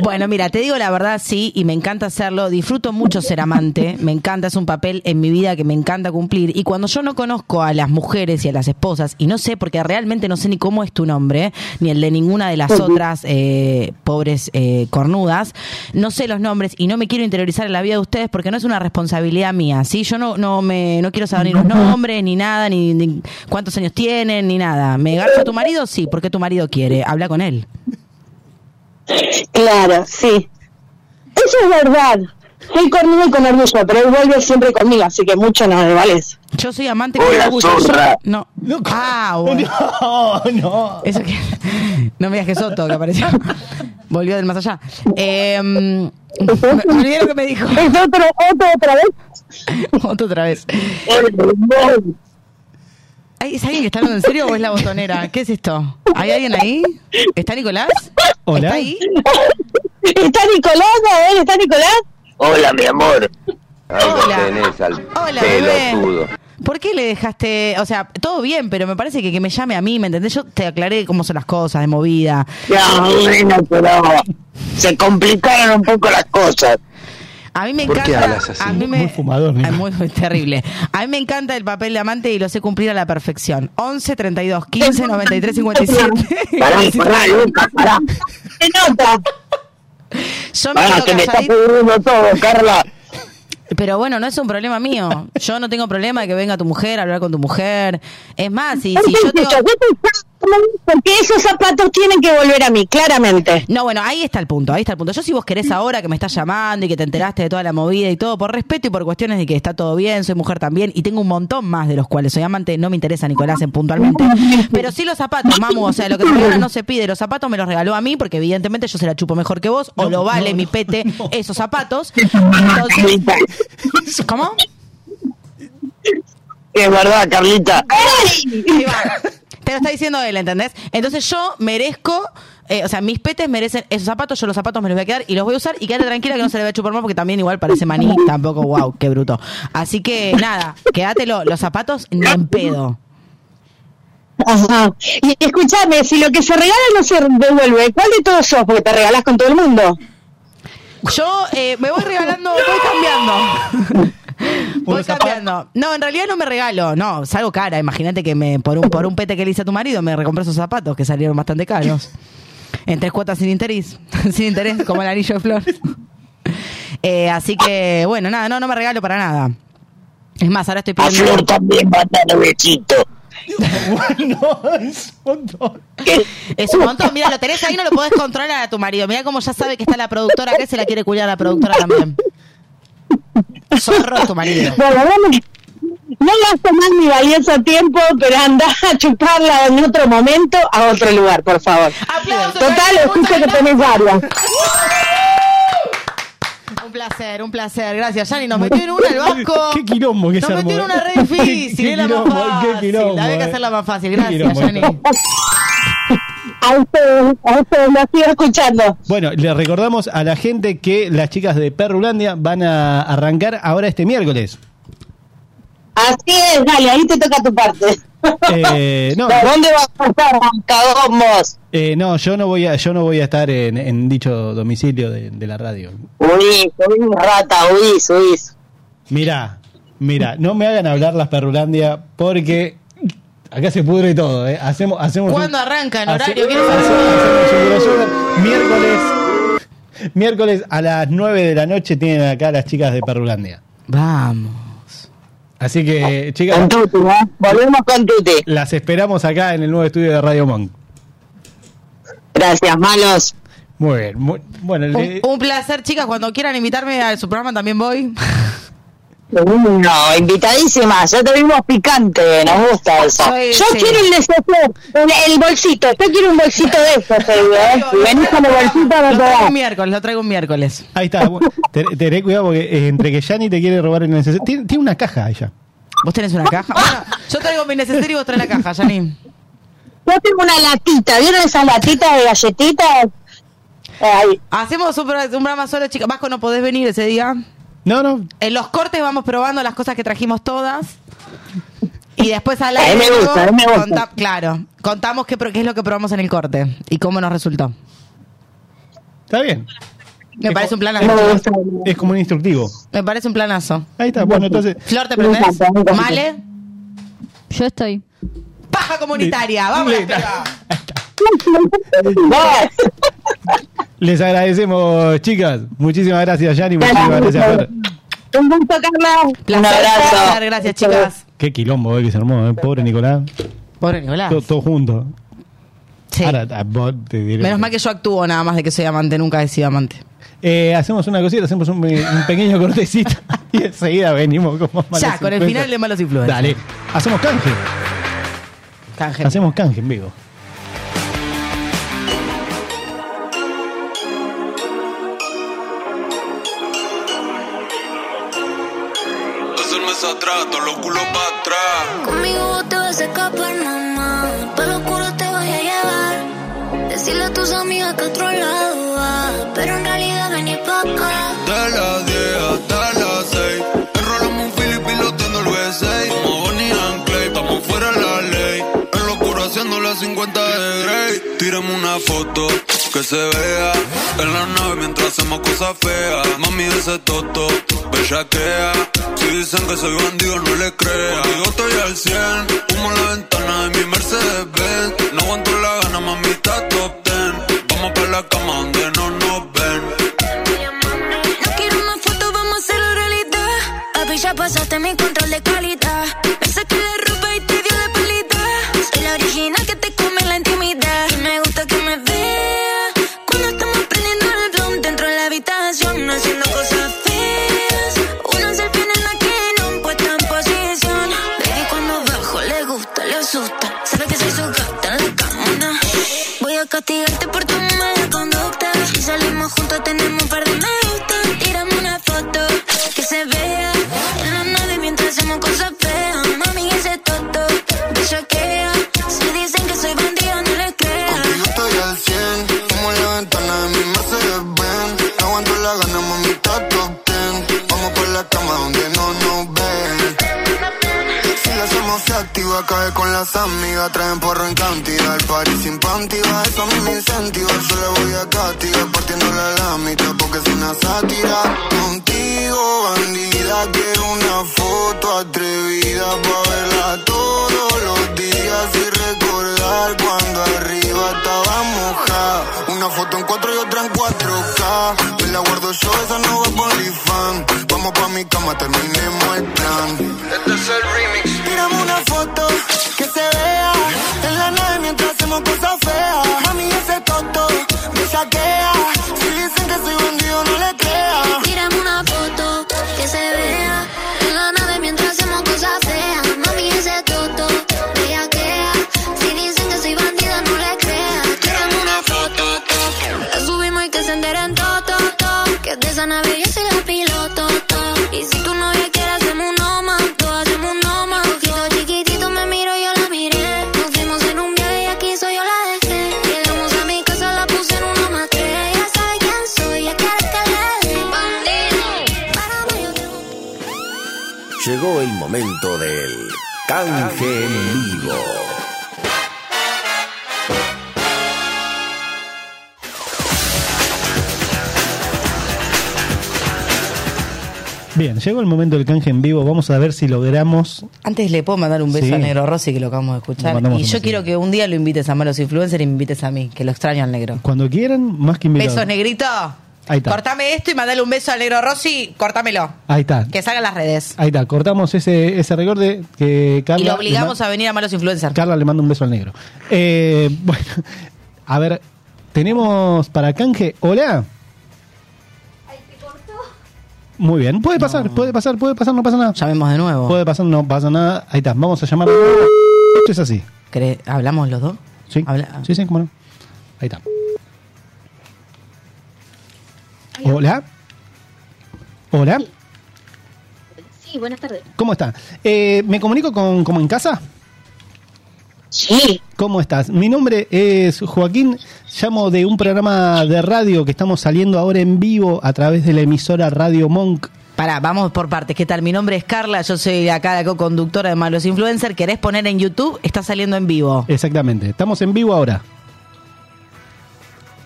S7: Bueno, mira, te digo la verdad, sí, y me encanta hacerlo. Disfruto mucho ser amante. Me encanta, es un papel en mi vida que me encanta cumplir. Y cuando yo no conozco a las mujeres y a las esposas, y no sé, porque realmente no sé ni cómo es tu nombre, ni el de ninguna de las otras eh, pobres eh, cornudas, no sé los nombres y no me quiero interiorizar en la vida de ustedes porque no es una responsabilidad mía, ¿sí? Yo no, no, me, no quiero saber ni los nombres, ni nada, ni, ni cuántos años tienen, ni nada. ¿Me garpa tu marido? Sí, porque tu marido quiere. Habla con él.
S10: Claro, sí. Eso es verdad. Soy cornuda y con orgullo, pero él vuelve siempre conmigo, así que mucho no me vales.
S7: Yo soy amante con orgullo. Yo- No. Ah, bueno.
S4: No, no.
S7: Eso que. No me digas que Soto, que apareció. Volvió del más allá. Eh, mm, me olvidé lo que me dijo.
S10: Es otro, otro otra vez.
S7: Otto otra vez. Ay, ¿Es alguien que está hablando en serio o es la botonera? ¿Qué es esto? ¿Hay alguien ahí? ¿Está Nicolás?
S4: Hola.
S7: ¿Está ahí?
S10: ¿Está Nicolás? A ver, ¿está Nicolás?
S2: Hola, mi amor.
S7: Hola.
S2: al
S7: Hola, bebé. ¿Por qué le dejaste.? O sea, todo bien, pero me parece que que me llame a mí, ¿me entendés? Yo te aclaré cómo son las cosas de movida.
S10: Ya, bueno, pero se complicaron un poco las cosas.
S7: A mí me
S2: ¿Por
S7: encanta.
S2: qué hablas así?
S7: A mí me,
S4: Muy fumador, mira.
S7: Ay, muy, muy terrible. A mí me encanta el papel de amante y lo sé cumplir a la perfección. 11, 32, 15, 93, 57.
S10: Pará, pará, Lucas, pará. Se nota.
S7: Yo me
S2: Ah,
S10: Pará,
S7: quedo
S10: se me está
S7: calladita.
S10: pudriendo todo, Carla.
S7: Pero bueno, no es un problema mío. Yo no tengo problema de que venga tu mujer a hablar con tu mujer. Es más, si, si yo tengo.
S10: Porque esos zapatos tienen que volver a mí, claramente.
S7: No, bueno, ahí está el punto, ahí está el punto. Yo si vos querés ahora que me estás llamando y que te enteraste de toda la movida y todo, por respeto y por cuestiones de que está todo bien, soy mujer también y tengo un montón más de los cuales soy amante, no me interesa Nicolás en puntualmente. Pero sí los zapatos, mamu, o sea, lo que te regalan no se pide, los zapatos me los regaló a mí porque evidentemente yo se la chupo mejor que vos o lo vale mi pete esos zapatos. Entonces, ¿Cómo?
S10: Es verdad, Carlita.
S7: Ahí va. Te lo está diciendo él, ¿entendés? Entonces yo merezco, eh, o sea, mis petes merecen esos zapatos, yo los zapatos me los voy a quedar y los voy a usar y quédate tranquila que no se le va a chupar más porque también igual parece maní, tampoco, wow, qué bruto. Así que nada, quédatelo, los zapatos ni en pedo.
S10: Ajá. Y escúchame, si lo que se regala no se devuelve, ¿cuál de todos sos? Porque te regalás con todo el mundo.
S7: Yo eh, me voy regalando, voy cambiando. Voy cambiando. No, en realidad no me regalo. No, salgo cara. Imagínate que me por un por un pete que le hice a tu marido me recompré esos zapatos que salieron bastante caros. En tres cuotas sin interés. sin interés, como el anillo de flor. Eh, así que, bueno, nada, no, no me regalo para nada. Es más, ahora estoy
S11: A Flor
S7: pidiendo.
S11: también mandan besito.
S4: Bueno, son dos.
S7: Es un montón. Mira, lo tenés ahí, no lo podés controlar a tu marido. Mira cómo ya sabe que está la productora que se la quiere culiar a la productora también. Zorro es tu marido.
S10: Bueno, vamos. No gasto más mi valioso tiempo, pero andá a chuparla en otro momento a otro lugar, por favor.
S7: Aplausos,
S10: Total,
S7: Gaby,
S10: escucho
S7: muchas
S10: que tenés varias.
S7: Un un placer, un placer. Gracias, Yanni. Nos metió en una el Vasco.
S4: Qué quilombo que
S7: Nos
S4: se
S7: metió en
S4: armó,
S7: una re
S4: ¿eh?
S7: difícil.
S4: Qué
S7: Era la más
S4: quilombo, qué
S7: fácil.
S4: quilombo,
S7: La había que
S4: eh.
S7: hacer la más fácil.
S4: Qué
S7: Gracias,
S4: quilombo,
S7: Yanni.
S10: A ustedes, a ustedes, los sigo escuchando.
S4: Bueno, le recordamos a la gente que las chicas de Perrulandia van a arrancar ahora este miércoles.
S10: Así es, dale, ahí te toca tu parte.
S4: Eh, no,
S10: ¿De dónde vas a estar, Roncagomos?
S4: Eh, no, yo no voy a, yo no voy a estar en, en dicho domicilio de, de la radio.
S10: Huís, huís, rata, huís, huís.
S4: Mirá, mirá, no me hagan hablar las Perrulandia porque acá se pudre todo, ¿eh? Hacemos, hacemos un-
S7: ¿Cuándo arranca en
S4: Hace-
S7: horario? ¿Quieres saber?
S4: hacemos un crossover. miércoles, miércoles a las 9 de la noche tienen acá las chicas de Perrulandia.
S7: Vamos.
S4: Así que, chicas,
S10: volvemos con Tuti.
S4: Las esperamos acá en el nuevo estudio de Radio Monk.
S10: Gracias, malos.
S4: Muy bien. mu- bueno,
S7: Un,
S4: le-
S7: un placer, chicas. Cuando quieran invitarme a su programa también voy.
S10: No, invitadísima, ya te vimos picante, nos gusta eso.
S7: Soy-
S10: yo
S7: sí.
S10: quiero el neceser, el, el bolsito, yo quiero un bolsito de eso, te digo, ¿eh? Si venís con el bolsito me
S7: Lo traigo un
S10: pegás.
S7: miércoles, lo traigo un miércoles.
S4: ahí está. bu- te- Tené cuidado porque eh, entre que Yanni te quiere robar el necesario. Tiene, tiene una caja ella.
S7: ¿Vos tenés una caja? Bueno, yo traigo mi necesario y vos traes la caja, Janine.
S10: Yo tengo una latita, ¿vieron esas latitas de galletitas? Ay,
S7: Hacemos un, pro- un programa solo, chicas. Vasco, no podés venir ese día.
S4: No, no.
S7: En los cortes vamos probando las cosas que trajimos todas. Y después al
S10: A mí me
S7: aire
S10: gusta,
S7: luego
S10: a mí me gusta.
S7: conta- claro, contamos qué, pro- qué es lo que probamos en el corte y cómo nos resultó.
S4: Está bien.
S7: Me
S4: Es
S7: parece
S4: co-
S7: un
S10: no me
S7: planazo.
S10: gusta.
S4: Es como un instructivo.
S7: Me parece un planazo.
S4: Ahí está. Bueno, entonces.
S7: Flor, ¿te
S10: Me
S7: prendés?
S10: encanta, me encanta.
S7: Male,
S5: Yo estoy.
S7: paja comunitaria. Vamos,
S4: eh, Le- Les agradecemos, chicas. Muchísimas gracias, Yanni. Muchísimas gracias, Flor.
S10: Un gusto, Carla. Un abrazo.
S7: Gracias, chicas.
S4: Qué quilombo eh, que se armó, eh. pobre Nicolás.
S7: Pobre Nicolás.
S4: Todo, todo junto.
S7: Sí.
S4: Ahora, ah, vos te diré.
S7: Menos mal que yo actúo nada más de que soy amante, nunca he sido amante.
S4: Eh, hacemos una cosita, hacemos un, eh, un pequeño cortecito y enseguida venimos con más malos
S7: ya, con el
S4: influencers.
S7: final de Malos Influencers.
S4: Dale, hacemos canje.
S7: Canje.
S4: Hacemos canje en vivo.
S12: Hacerme ese atrato, los culos para atrás.
S8: Conmigo vos te vas a escapar, mamá. Pa' lo oscuro te voy a llevar. Decirle a tus amigas que a otro lado va. Pero en realidad venís pa' acá.
S12: De las 10 hasta las 6. Enrolamos un Philip piloteando el V6. Como Bonnie and Clay, estamos fuera de la ley. En locura haciendo las 50 de Grey. Tirame una foto que se vea. En la nave mientras hacemos cosas feas. Mami ese toto, bellaquea. Si dicen que soy bandido, no le creas. Digo, estoy al 100. Humo en la ventana de mi Mercedes Benz. No aguanto la gana, mami, está top 10. Vamos pa' la cama donde no nos ven.
S8: No quiero una foto, vamos a hacerlo realidad. Papi, ya pasaste mi control de calidad. Me saqué la ropa y te dio la palita. Soy la original que te come en la intimidad. Y me gusta que me vea. Cuando estamos prendiendo el blunt dentro de la habitación, haciendo cosas feas. Una selfie en la que no han puesto en posición. Baby, cuando bajo le gusta, le asusta. Sabe que soy su gata en la cama. na. Voy a castigarte por tu mala conducta. Si salimos juntos, tenemos un par de me gusta. Tírame una foto que se vea. En la nave mientras hacemos cosas feas. Mami, ese toto, bellaquea. Si dicen que soy bandido, no le creas.
S12: Yo estoy al 100, como en la ventana de mi Mercedes Benz. No aguanto la gana, mami, está top 10. Vamos por la cama donde no nos ven. Si la hacemos se activa, cae con las amigas. Traen porro en cantidad, el party sin panty va. Eso a mí me incentiva, yo le voy a castigar. Partiendo la mitad porque es una sátira. Contigo, bandida, quiero una foto atrevida. Pa' verla todos los días y recordar cuando arriba estaba mojada. Una foto en cuatro y otra en 4K. Me la guardo yo, esa no va por fan. Vamos pa' mi cama, terminemos el plan. Este es el remix. Tirame una foto que se vea en la nave mientras hacemos cosas feas. A mí ese toto me saquea. Si dicen que soy bandido, no le crea.
S8: Tírame una foto que se vea en la nave mientras hacemos cosas feas. Mami, ese toto, bellaquea. Si dicen que soy bandida, no le creas. Tírame una foto, to. la subimos y que se enteren todo, to, to. Que de esa nave yo soy la
S2: el momento del canje en vivo.
S4: Bien, llegó el momento del canje en vivo. Vamos a ver si logramos.
S7: Antes le puedo mandar un beso
S4: Sí.
S7: a Negro Rossi, que lo acabamos de escuchar.
S4: Le mandamos
S7: Y
S4: un
S7: yo
S4: besito.
S7: quiero que un día lo invites a Malos Influencers y me invites a mí, que lo extraño al negro.
S4: Cuando quieran, más que invitado.
S7: Besos, negrito.
S4: Ahí está.
S7: Cortame esto y mandale un beso al negro Rossi, cortámelo.
S4: Ahí está.
S7: Que salgan las redes.
S4: Ahí está. Cortamos ese, ese recorte que Carla.
S7: y lo
S4: le
S7: obligamos
S4: ma-
S7: a venir a Malos Influencers.
S4: Carla le manda un beso al negro. Eh, bueno, a ver. Tenemos para canje. Hola. Muy bien, puede pasar, puede pasar, puede pasar, no pasa nada.
S7: Llamemos de nuevo.
S4: Puede pasar, no pasa nada. Ahí está, vamos a llamar. Esto es así.
S7: ¿Querés- ¿Hablamos los dos?
S4: Sí. Sí, sí, cómo no. Ahí está. Hola. Hola.
S13: Sí, buenas tardes.
S4: ¿Cómo está? Eh, ¿Me comunico con como en casa?
S13: Sí.
S4: ¿Cómo estás? Mi nombre es Joaquín, llamo de un programa de radio que estamos saliendo ahora en vivo a través de la emisora Radio Monk.
S7: Pará, vamos por partes. ¿Qué tal? Mi nombre es Carla, yo soy de acá, la co-conductora de Malos Influencers. ¿Querés poner en YouTube? Está saliendo en vivo.
S4: Eh. Exactamente, estamos en vivo ahora.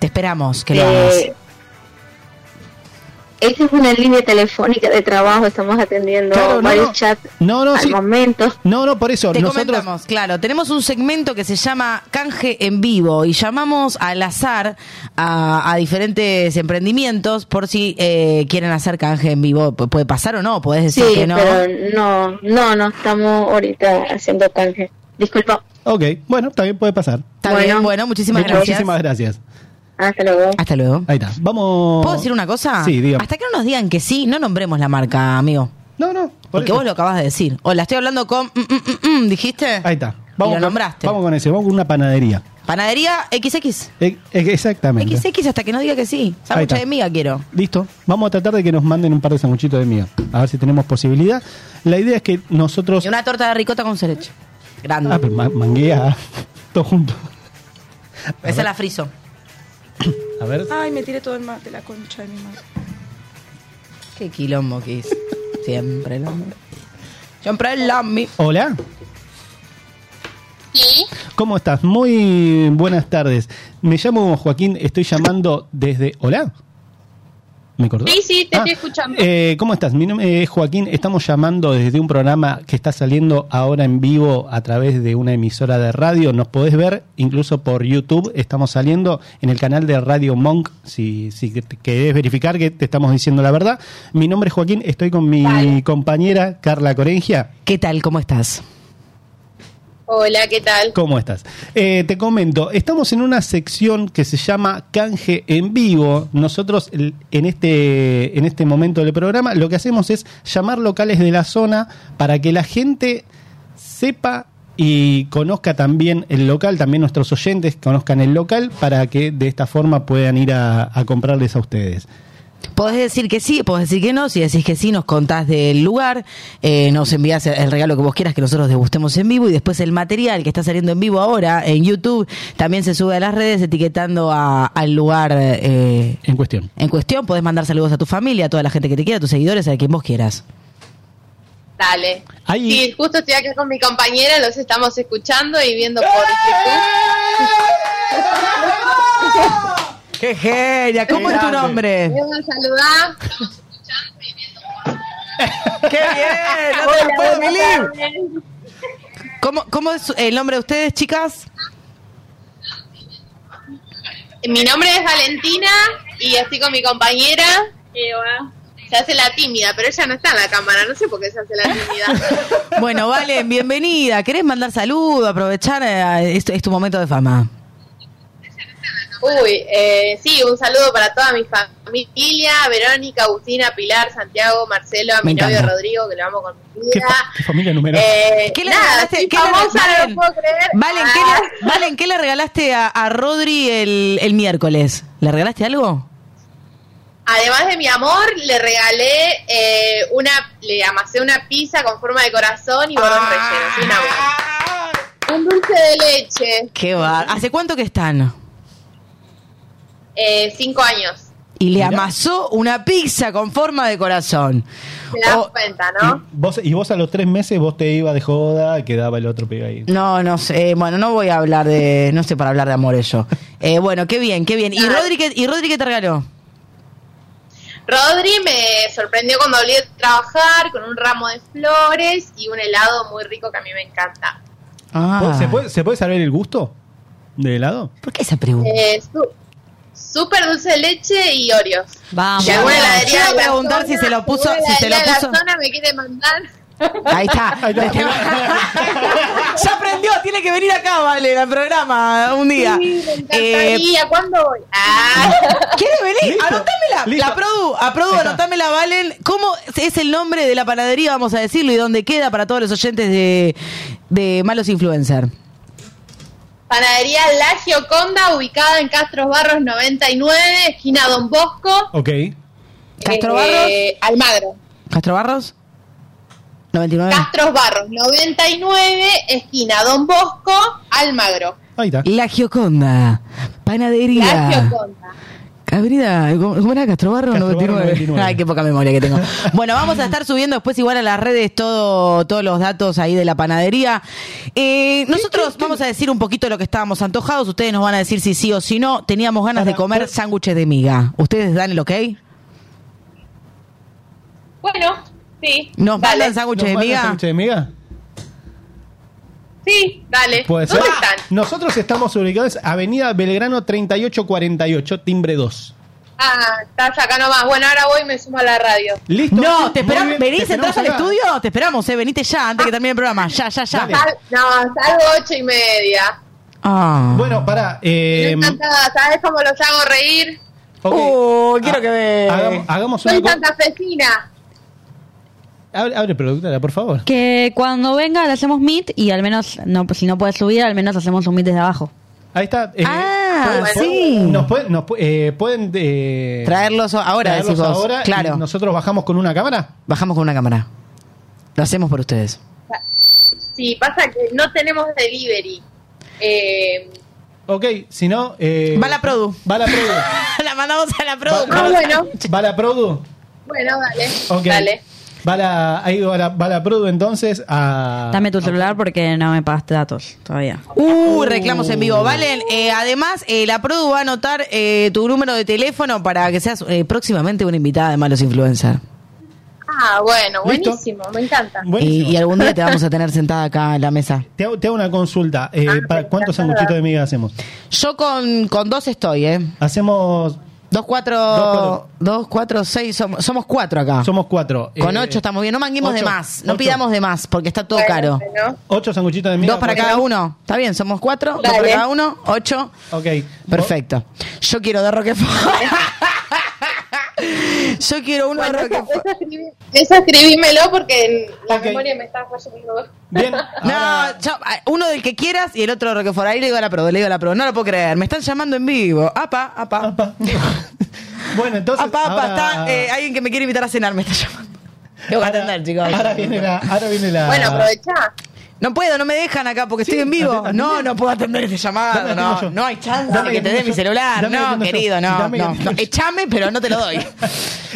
S7: Te esperamos que
S13: Eh,
S7: lo hagas.
S13: Esa es una línea telefónica de trabajo, estamos atendiendo
S4: Claro, no,
S13: varios
S4: no.
S13: chats.
S4: No, no,
S13: al
S4: sí.
S13: momento.
S4: No, no, por eso.
S7: Te
S4: nosotros
S7: comentamos, claro, tenemos un segmento que se llama Canje en Vivo y llamamos al azar a, a diferentes emprendimientos por si eh, quieren hacer canje en vivo. Pu- Puede pasar o no, puedes
S13: Sí,
S7: decir que no.
S13: pero no, no, no estamos ahorita haciendo canje. Disculpa.
S4: Ok, bueno, también puede pasar.
S7: Está bien, bueno, muchísimas gracias.
S4: Muchísimas gracias.
S10: ah,
S13: Hasta luego.
S7: Hasta luego.
S4: Ahí está. Vamos.
S7: ¿Puedo decir una cosa?
S4: Sí, dígame.
S7: Hasta que no nos digan que sí, no nombremos la marca, amigo.
S4: No, no.
S7: Porque vos lo acabas de decir. O la estoy hablando con. mm, mm, mm, mm, ¿Dijiste?
S4: Ahí está.
S7: y lo
S4: con-
S7: nombraste.
S4: Vamos con ese, vamos con una panadería.
S7: Panadería XX.
S4: E- e- exactamente.
S7: XX hasta que no diga que sí.
S4: Ahí
S7: Sándwich
S4: está.
S7: de miga quiero.
S4: Listo. Vamos a tratar de que nos manden un par de sanguchitos de miga. A ver si tenemos posibilidad. La idea es que nosotros.
S7: Y una torta de ricota con cereche. Grande.
S4: Ah, pero ma- manguea. Todo junto.
S7: Esa la friso.
S4: A ver.
S14: Ay, me tiré todo el mate, la concha de mi madre.
S7: Qué quilombo que es. Siempre el hombre. Siempre el hombre.
S4: Hola. ¿Cómo estás? Muy buenas tardes. Me llamo Joaquín, estoy llamando desde. ¿Hola? ¿Me cortó?
S15: Sí, sí, te
S4: Ah,
S15: estoy escuchando.
S4: Eh, ¿Cómo estás? Mi nombre es Joaquín. Estamos llamando desde un programa que está saliendo ahora en vivo a través de una emisora de radio. Nos podés ver incluso por YouTube. Estamos saliendo en el canal de Radio Monk. Si, si te querés verificar que te estamos diciendo la verdad. Mi nombre es Joaquín. Estoy con mi compañera Carla Corengia.
S7: ¿Qué tal? ¿Cómo estás?
S15: Hola, ¿qué tal?
S4: ¿Cómo estás? Eh, te comento, estamos en una sección que se llama Canje en Vivo. Nosotros el- en este, en este momento del programa lo que hacemos es llamar locales de la zona para que la gente sepa y conozca también el local, también nuestros oyentes conozcan el local para que de esta forma puedan ir a, a comprarles a ustedes.
S7: Podés decir que sí, podés decir que no. Si decís que sí, nos contás del lugar, eh, nos envías el regalo que vos quieras que nosotros degustemos en vivo y después el material que está saliendo en vivo ahora en YouTube también se sube a las redes etiquetando a- al lugar eh,
S4: en cuestión.
S7: En cuestión, podés mandar saludos a tu familia, a toda la gente que te quiera, a tus seguidores, a quien vos quieras.
S15: Dale.
S4: Ahí.
S15: Sí, justo estoy acá con mi compañera, los estamos escuchando y viendo por YouTube.
S7: ¡Qué genia! ¿Cómo es tu nombre?
S15: Voy a saludar.
S7: ¡Qué bien! ¡No te lo puedo creer! ¿Cómo, ¿Cómo es el nombre de ustedes, chicas?
S15: Mi nombre es Valentina y estoy con mi compañera. Eva. Se hace la tímida, pero ella no está en la cámara, no sé por qué se hace la tímida.
S7: Bueno, Valen, bienvenida. ¿Querés mandar saludos? Aprovechar, eh, es, tu- es tu momento de fama.
S15: Uy, eh, sí, un saludo para toda mi familia, Verónica, Agustina, Pilar, Santiago, Marcelo, a mi
S4: Me
S15: novio
S4: encanta.
S15: Rodrigo, que lo amo con mi
S4: Qué,
S15: vida.
S4: fa- qué familia numerosa.
S15: Eh,
S7: ¿Qué le
S15: nada,
S7: regalaste?
S15: soy
S7: ¿Qué le
S15: famosa,
S7: regalaste?
S15: no lo puedo creer.
S7: Valen, ¿qué
S15: Ah,
S7: le, Valen, ¿qué le regalaste a, a Rodri el, el miércoles? ¿Le regalaste algo?
S15: Además de mi amor, le regalé eh, una, le amasé una pizza con forma de corazón y bolos rellenos.
S4: Ah.
S15: Un amor. Un dulce de leche,
S7: ¡Qué bar! ¿Hace cuánto que están?
S15: eh, cinco años.
S7: y le amasó una pizza con forma de corazón.
S15: Te das
S7: Oh.
S15: cuenta, ¿no?
S4: Vos, y vos a los tres meses vos te ibas de joda y quedaba el otro pibe ahí.
S7: No, no sé, eh, bueno, no voy a hablar de, no sé para hablar de amores yo. Eh, bueno, qué bien, qué bien. ¿Y Rodri, qué- ¿Y Rodri qué te regaló?
S15: Rodri me sorprendió cuando volví a trabajar con un ramo de flores y un helado muy rico que a mí me encanta.
S7: Ah.
S4: ¿Vos- ¿Se, puede, ¿Se puede saber el gusto de helado?
S7: ¿Por qué esa pregunta?
S15: Eh, su- Súper dulce de leche y Oreos.
S7: Vamos.
S15: Si alguna heladería
S7: Yo iba a
S15: de la
S7: preguntar
S15: zona-
S7: si se lo puso-
S15: alguna
S7: si se lo
S15: heladería de la
S7: puso-
S15: zona me quiere mandar.
S7: Ahí está. ya aprendió, tiene que venir acá, vale, al programa un día.
S15: Sí, me
S7: Eh,
S15: encantaría. ¿Cuándo voy? Ah,
S7: ¿Quiere venir?
S15: Listo,
S7: Anotámela.
S15: listo.
S7: La Produ, a Produ,
S15: Ahí está.
S7: anotámela, Valen. ¿Cómo es el nombre de la panadería, vamos a decirlo, y dónde queda para todos los oyentes de, de Malos Influencer?
S15: Eh, Panadería La Gioconda, ubicada en Castros Barros 99, esquina Don Bosco.
S4: Ok.
S7: ¿Castro Barros?
S15: eh, Almagro.
S7: ¿Castro Barros? 99.
S15: Castros Barros 99, esquina Don Bosco, Almagro.
S4: Ahí está.
S7: La Gioconda. Panadería.
S15: La Gioconda.
S7: Cabrera, ¿cómo era Castrobarro?
S4: Castro
S7: 99.
S4: Barro 99.
S7: Ay, qué poca memoria que tengo. Bueno, vamos a estar subiendo después igual a las redes todo, todos los datos ahí de la panadería. Eh, nosotros vamos a decir un poquito lo que estábamos antojados. Ustedes nos van a decir si sí o si no. Teníamos ganas de
S4: pues-
S7: comer sándwiches de miga. ¿Ustedes dan el ok?
S15: Bueno, sí.
S7: ¿Nos
S15: dale.
S7: mandan sándwiches de
S4: ¿Nos mandan
S7: miga?
S4: sándwiches de miga?
S15: Sí, dale.
S4: Puede ser.
S15: ¿Dónde están?
S4: Nosotros estamos ubicados en Avenida Belgrano 3848, timbre 2.
S15: Ah, estás acá nomás. Bueno, ahora voy y me sumo a la radio.
S4: Listo.
S7: No, te
S4: Muy
S7: esperamos.
S4: bien,
S7: ¿Venís,
S4: te
S7: entras
S4: esperamos
S7: al
S4: acá. Ah.
S7: estudio? Te esperamos, eh. Venite ya, antes que termine el programa. Ya, ya, ya.
S15: Sal- no, salgo ocho y media.
S7: Ah.
S4: Bueno, pará. eh,
S15: Estoy encantada, ¿sabes cómo los hago reír?
S4: ok. Ah,
S7: Uh, quiero que me-
S4: Hagamos, hagamos una
S15: Soy
S4: cosa.
S15: santafesina.
S4: Abre, abre, productora, por favor.
S9: Que cuando venga le hacemos meet y al menos, no, pues si no puede subir, al menos hacemos un meet desde abajo.
S4: Ahí está. eh,
S7: Ah,
S4: pueden-
S7: sí.
S4: Nos pueden, nos pu- eh, pueden eh,
S7: Traerlos ahora,
S4: traerlos
S7: decís vos.
S4: ahora y
S7: Claro.
S4: Nosotros bajamos con una cámara.
S7: Bajamos con una cámara. Lo hacemos por ustedes.
S15: Sí, pasa que no tenemos delivery. Eh,
S4: Ok, si no. eh,
S7: Va la Produ.
S4: Va la Produ.
S7: la mandamos a la Produ.
S4: Va-
S15: ah, bueno,
S4: Va la Produ.
S15: bueno, dale.
S4: Ok.
S15: Dale.
S4: Va la, ahí va la, va la Produ entonces a.
S9: Dame tu celular porque no me pagaste datos todavía.
S7: Uh, reclamos en vivo. Valen, eh, además, eh, la Produ va a anotar eh, tu número de teléfono para que seas eh, próximamente una invitada de Malos Influencer.
S15: Ah, bueno,
S4: Listo.
S15: buenísimo, me encanta.
S7: Y,
S4: Buenísimo.
S7: y algún día te vamos a tener sentada acá en la mesa.
S4: Te hago, te hago una consulta. eh,
S15: Ah,
S4: ¿para ¿Cuántos
S15: encantada.
S4: sanguchitos de miga hacemos?
S7: Yo con, con dos estoy, ¿eh?
S4: Hacemos.
S7: Dos, cuatro,
S4: Dos,
S7: dos,
S4: cuatro.
S7: cuatro, seis. Somos, somos cuatro acá.
S4: Somos cuatro.
S7: Ah. con
S4: eh,
S7: ocho estamos bien. No manguemos
S4: ocho,
S7: de más. No
S4: ocho.
S7: pidamos de más porque está todo caro.
S15: Bueno,
S4: Ocho sanguchitos de miga.
S7: Dos para
S4: por-
S7: cada uno. Está bien, somos cuatro. Dos
S15: Dale.
S7: para cada uno. Ocho.
S4: Ok.
S7: Perfecto. Yo quiero de Roquefort. Yo quiero uno de
S15: Bueno, eso,
S7: Roquefort.
S15: eso escribí- eso escribímelo porque la
S4: Ok.
S15: memoria me está fallando.
S4: Bien.
S7: No,
S4: ahora-
S7: yo- ah, uno del que quieras y el otro de Roquefort. Ahí le digo a la pro, le digo a la pro. No lo puedo creer. Me están llamando en vivo. Apa, apa. Apa,
S4: bueno, entonces.
S7: apa.
S4: ahora-
S7: Está eh, alguien que me quiere invitar a cenar. Me está llamando. Tengo que atender, chicos.
S4: Ahora viene la. Ahora viene la
S15: Bueno, aprovechá.
S7: No puedo, no me dejan acá porque estoy en vivo.
S4: atendeme.
S7: No, no puedo atender este
S4: Dame,
S7: llamado.
S4: atiendo yo.
S7: No, no hay chance
S4: Dame,
S7: de que te dé
S4: atiendo
S7: mi
S4: yo.
S7: celular.
S4: Dame,
S7: No,
S4: atiendo yo.
S7: querido, no.
S4: Dame,
S7: no,
S4: atiendo
S7: no.
S4: yo.
S7: Echame, pero no te lo doy.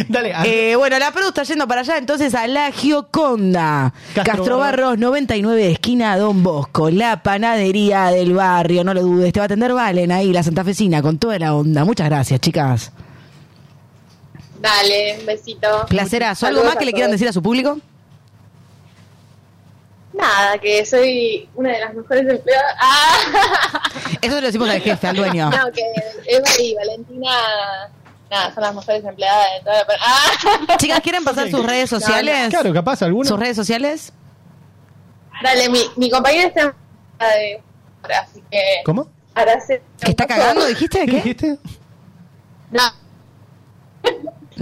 S4: Dale. a-
S7: Eh, bueno, la Produ está yendo para allá, entonces a La Gioconda.
S4: Castro
S7: Castro Barros, 99, esquina Don Bosco, la panadería del barrio, no lo dudes. Te va a atender Valen ahí, la santafesina, con toda la onda. Muchas gracias, chicas.
S15: Dale, un besito.
S7: Placerazo. ¿Algo
S15: Saludos
S7: más
S15: a
S7: que le
S15: todos.
S7: quieran decir a su público?
S15: Nada, que soy una de las mejores empleadas. Ah.
S7: Eso se lo decimos al jefe, al dueño.
S15: No, que Eva y Valentina, nada, son las mejores empleadas de toda la... per- Ah.
S7: Chicas, ¿quieren pasar sus redes sociales?
S4: Claro, capaz alguno.
S7: ¿Sus redes sociales?
S15: Dale, mi, mi compañera está embarazada de ahora, así que...
S4: ¿Cómo?
S15: Ahora se...
S7: ¿Que está cagando, dijiste?
S4: ¿Qué
S7: ¿Qué?
S4: dijiste?
S15: No,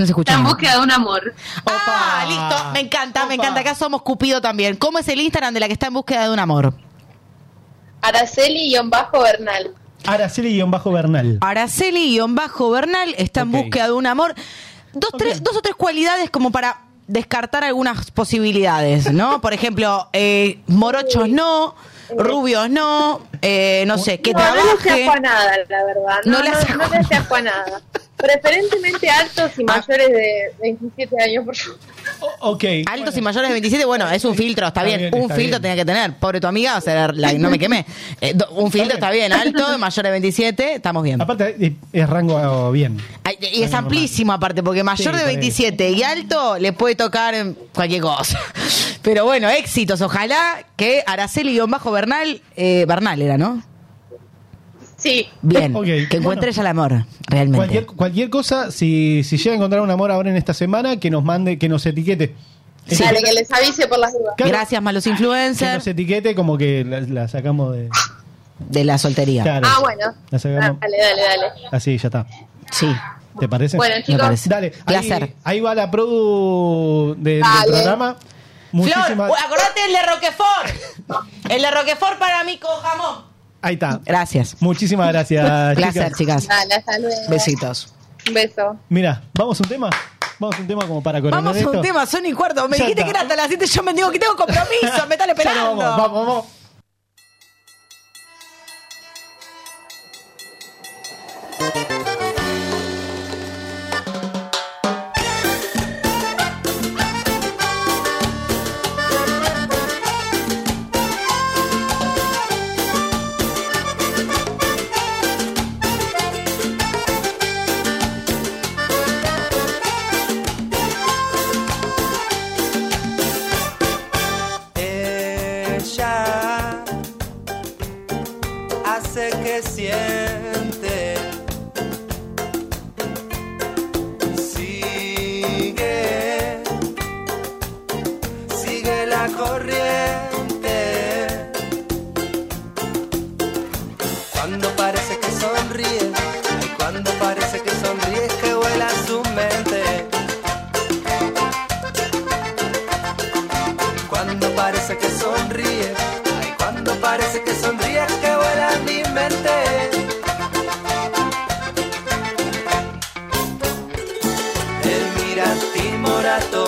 S7: No se escucha.
S15: de un amor.
S7: Ah, listo. Me encanta, me encanta. Acá somos Cupido también. ¿Cómo es el Instagram de la que está en búsqueda de un amor?
S15: Araceli-Bernal.
S4: Araceli-Bernal.
S7: Araceli-Bernal está en
S4: Ok.
S7: búsqueda de un amor. Dos, tres, dos o tres cualidades como para descartar algunas posibilidades, ¿no? Por ejemplo, eh, morochos no, rubios no, eh, no sé, que
S15: no, no le
S7: trabaje.
S15: seas nada, la verdad. No,
S7: No le
S15: no,
S7: hace
S15: no le seas nada. Preferentemente altos y mayores de 27 años, por favor.
S4: Ok.
S7: Ah, Altos y mayores de 27, bueno, es un filtro, está, bien. Un filtro tenía que tener. Pobre tu amiga, o sea, la- no me quemé. Eh, do- un filtro está bien, alto, mayor de 27, estamos bien.
S4: Aparte, es- es rango bien.
S7: Ay, Y es amplísimo aparte, porque mayor
S4: Sí,
S7: de
S4: por ahí.
S7: 27 y alto le puede tocar en cualquier cosa. Pero bueno, éxitos. Ojalá que Araceli-Bernal, eh, Bernal era, ¿no?
S15: Sí.
S7: Bien,
S4: Ok,
S7: que encuentre ella el amor,
S4: Cualquier,
S7: realmente.
S4: cualquier cosa, si, si llega a encontrar un amor ahora en esta semana, que nos mande, que nos etiquete. Eso-
S15: Dale, que les avise por las dudas.
S4: Claro. Ah,
S7: Gracias, malos
S4: Que
S7: influencers
S4: nos etiquete como que la, la sacamos de...
S7: de la soltería.
S4: Claro.
S15: Ah, bueno.
S4: La sacamos
S15: Dale, dale, dale.
S4: así, ya está.
S7: Sí.
S4: ¿Te parece?
S15: Bueno, Me chicos. parece.
S4: Dale, ahí,
S7: Placer.
S4: ahí va la produ de- del
S7: Dale.
S4: programa. Muchísimas...
S7: Flor, acordate el de Roquefort. El de Roquefort para mí con jamón.
S4: Ahí está.
S7: Gracias.
S4: Muchísimas gracias,
S7: Placer, chicas.
S15: Dale, hasta luego.
S7: Besitos.
S15: Un beso.
S4: Mira, vamos a un tema. Vamos a un tema como para coronar
S7: Vamos a
S4: esto.
S7: un tema, son y cuarto. Me
S4: Ya
S7: dijiste
S4: está.
S7: que era hasta las 7, yo me digo que tengo compromiso, me están
S4: Ya
S7: esperando.
S4: nos vamos, vamos, vamos.
S3: Ella hace que siente. Sigue, sigue la corriente. Cuando parece que sonríe, ay, cuando parece que sonríe, es que vuela su mente. Cuando parece que sonríe, ay, cuando parece que sonríe, es que vuela mi mente. Él mira timorato,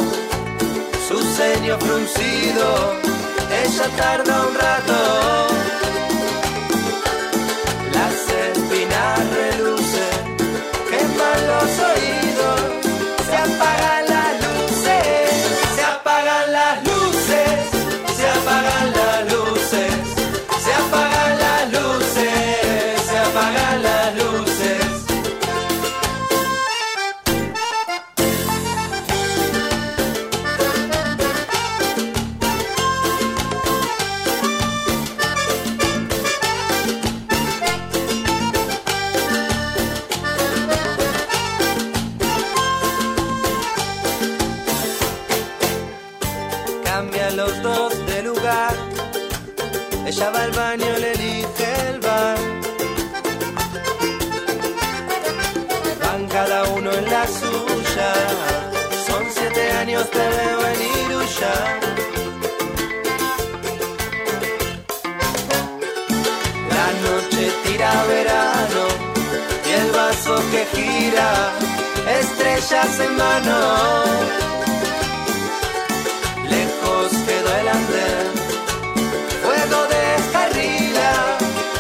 S3: su ceño fruncido, ella tarda un rato. Las espinas relucen, queman los oídos, se apagan las luces, se apagan las luces, se apagan las luces, se apagan las luces, se apagan las luces. cambian los dos de lugar. Ella va al baño, le elige el bar. Van cada uno en la suya. Son siete años, te veo en Iruya. La noche tira verano y el vaso que gira, estrellas en mano. Lejos quedó el andén, fuego descarrila,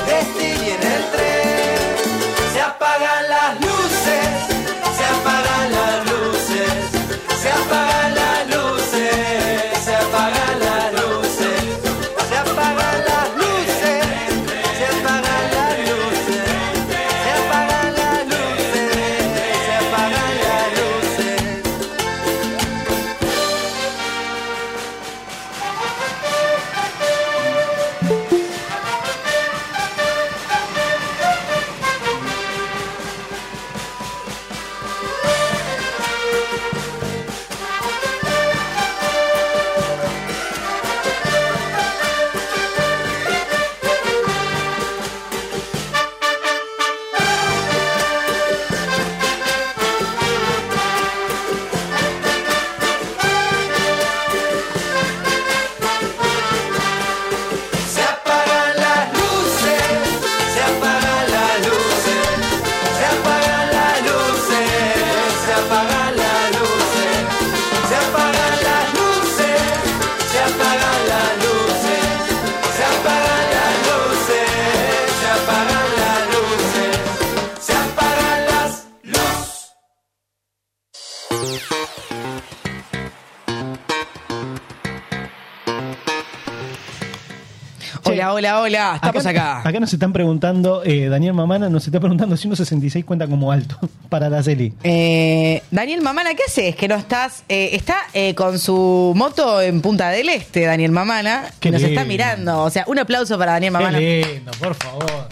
S3: destille en el tren. Se apagan las luces, se apagan las luces, se apagan las luces, se apagan las luces, se apagan las luces, se apagan las luces, se apagan las luces, se apagan las luces.
S7: Hola, hola, hola. Estamos acá.
S4: Acá nos están preguntando, eh, Daniel Mamana nos está preguntando si 1.66 cuenta como alto para Araceli.
S7: Eh, Daniel Mamana, ¿qué haces? Que no estás. eh, está eh, con su moto en Punta del Este, Daniel Mamana.
S4: Qué
S7: que nos está
S4: lindo.
S7: mirando. O sea, un aplauso para Daniel Mamana.
S4: Qué lindo, por favor.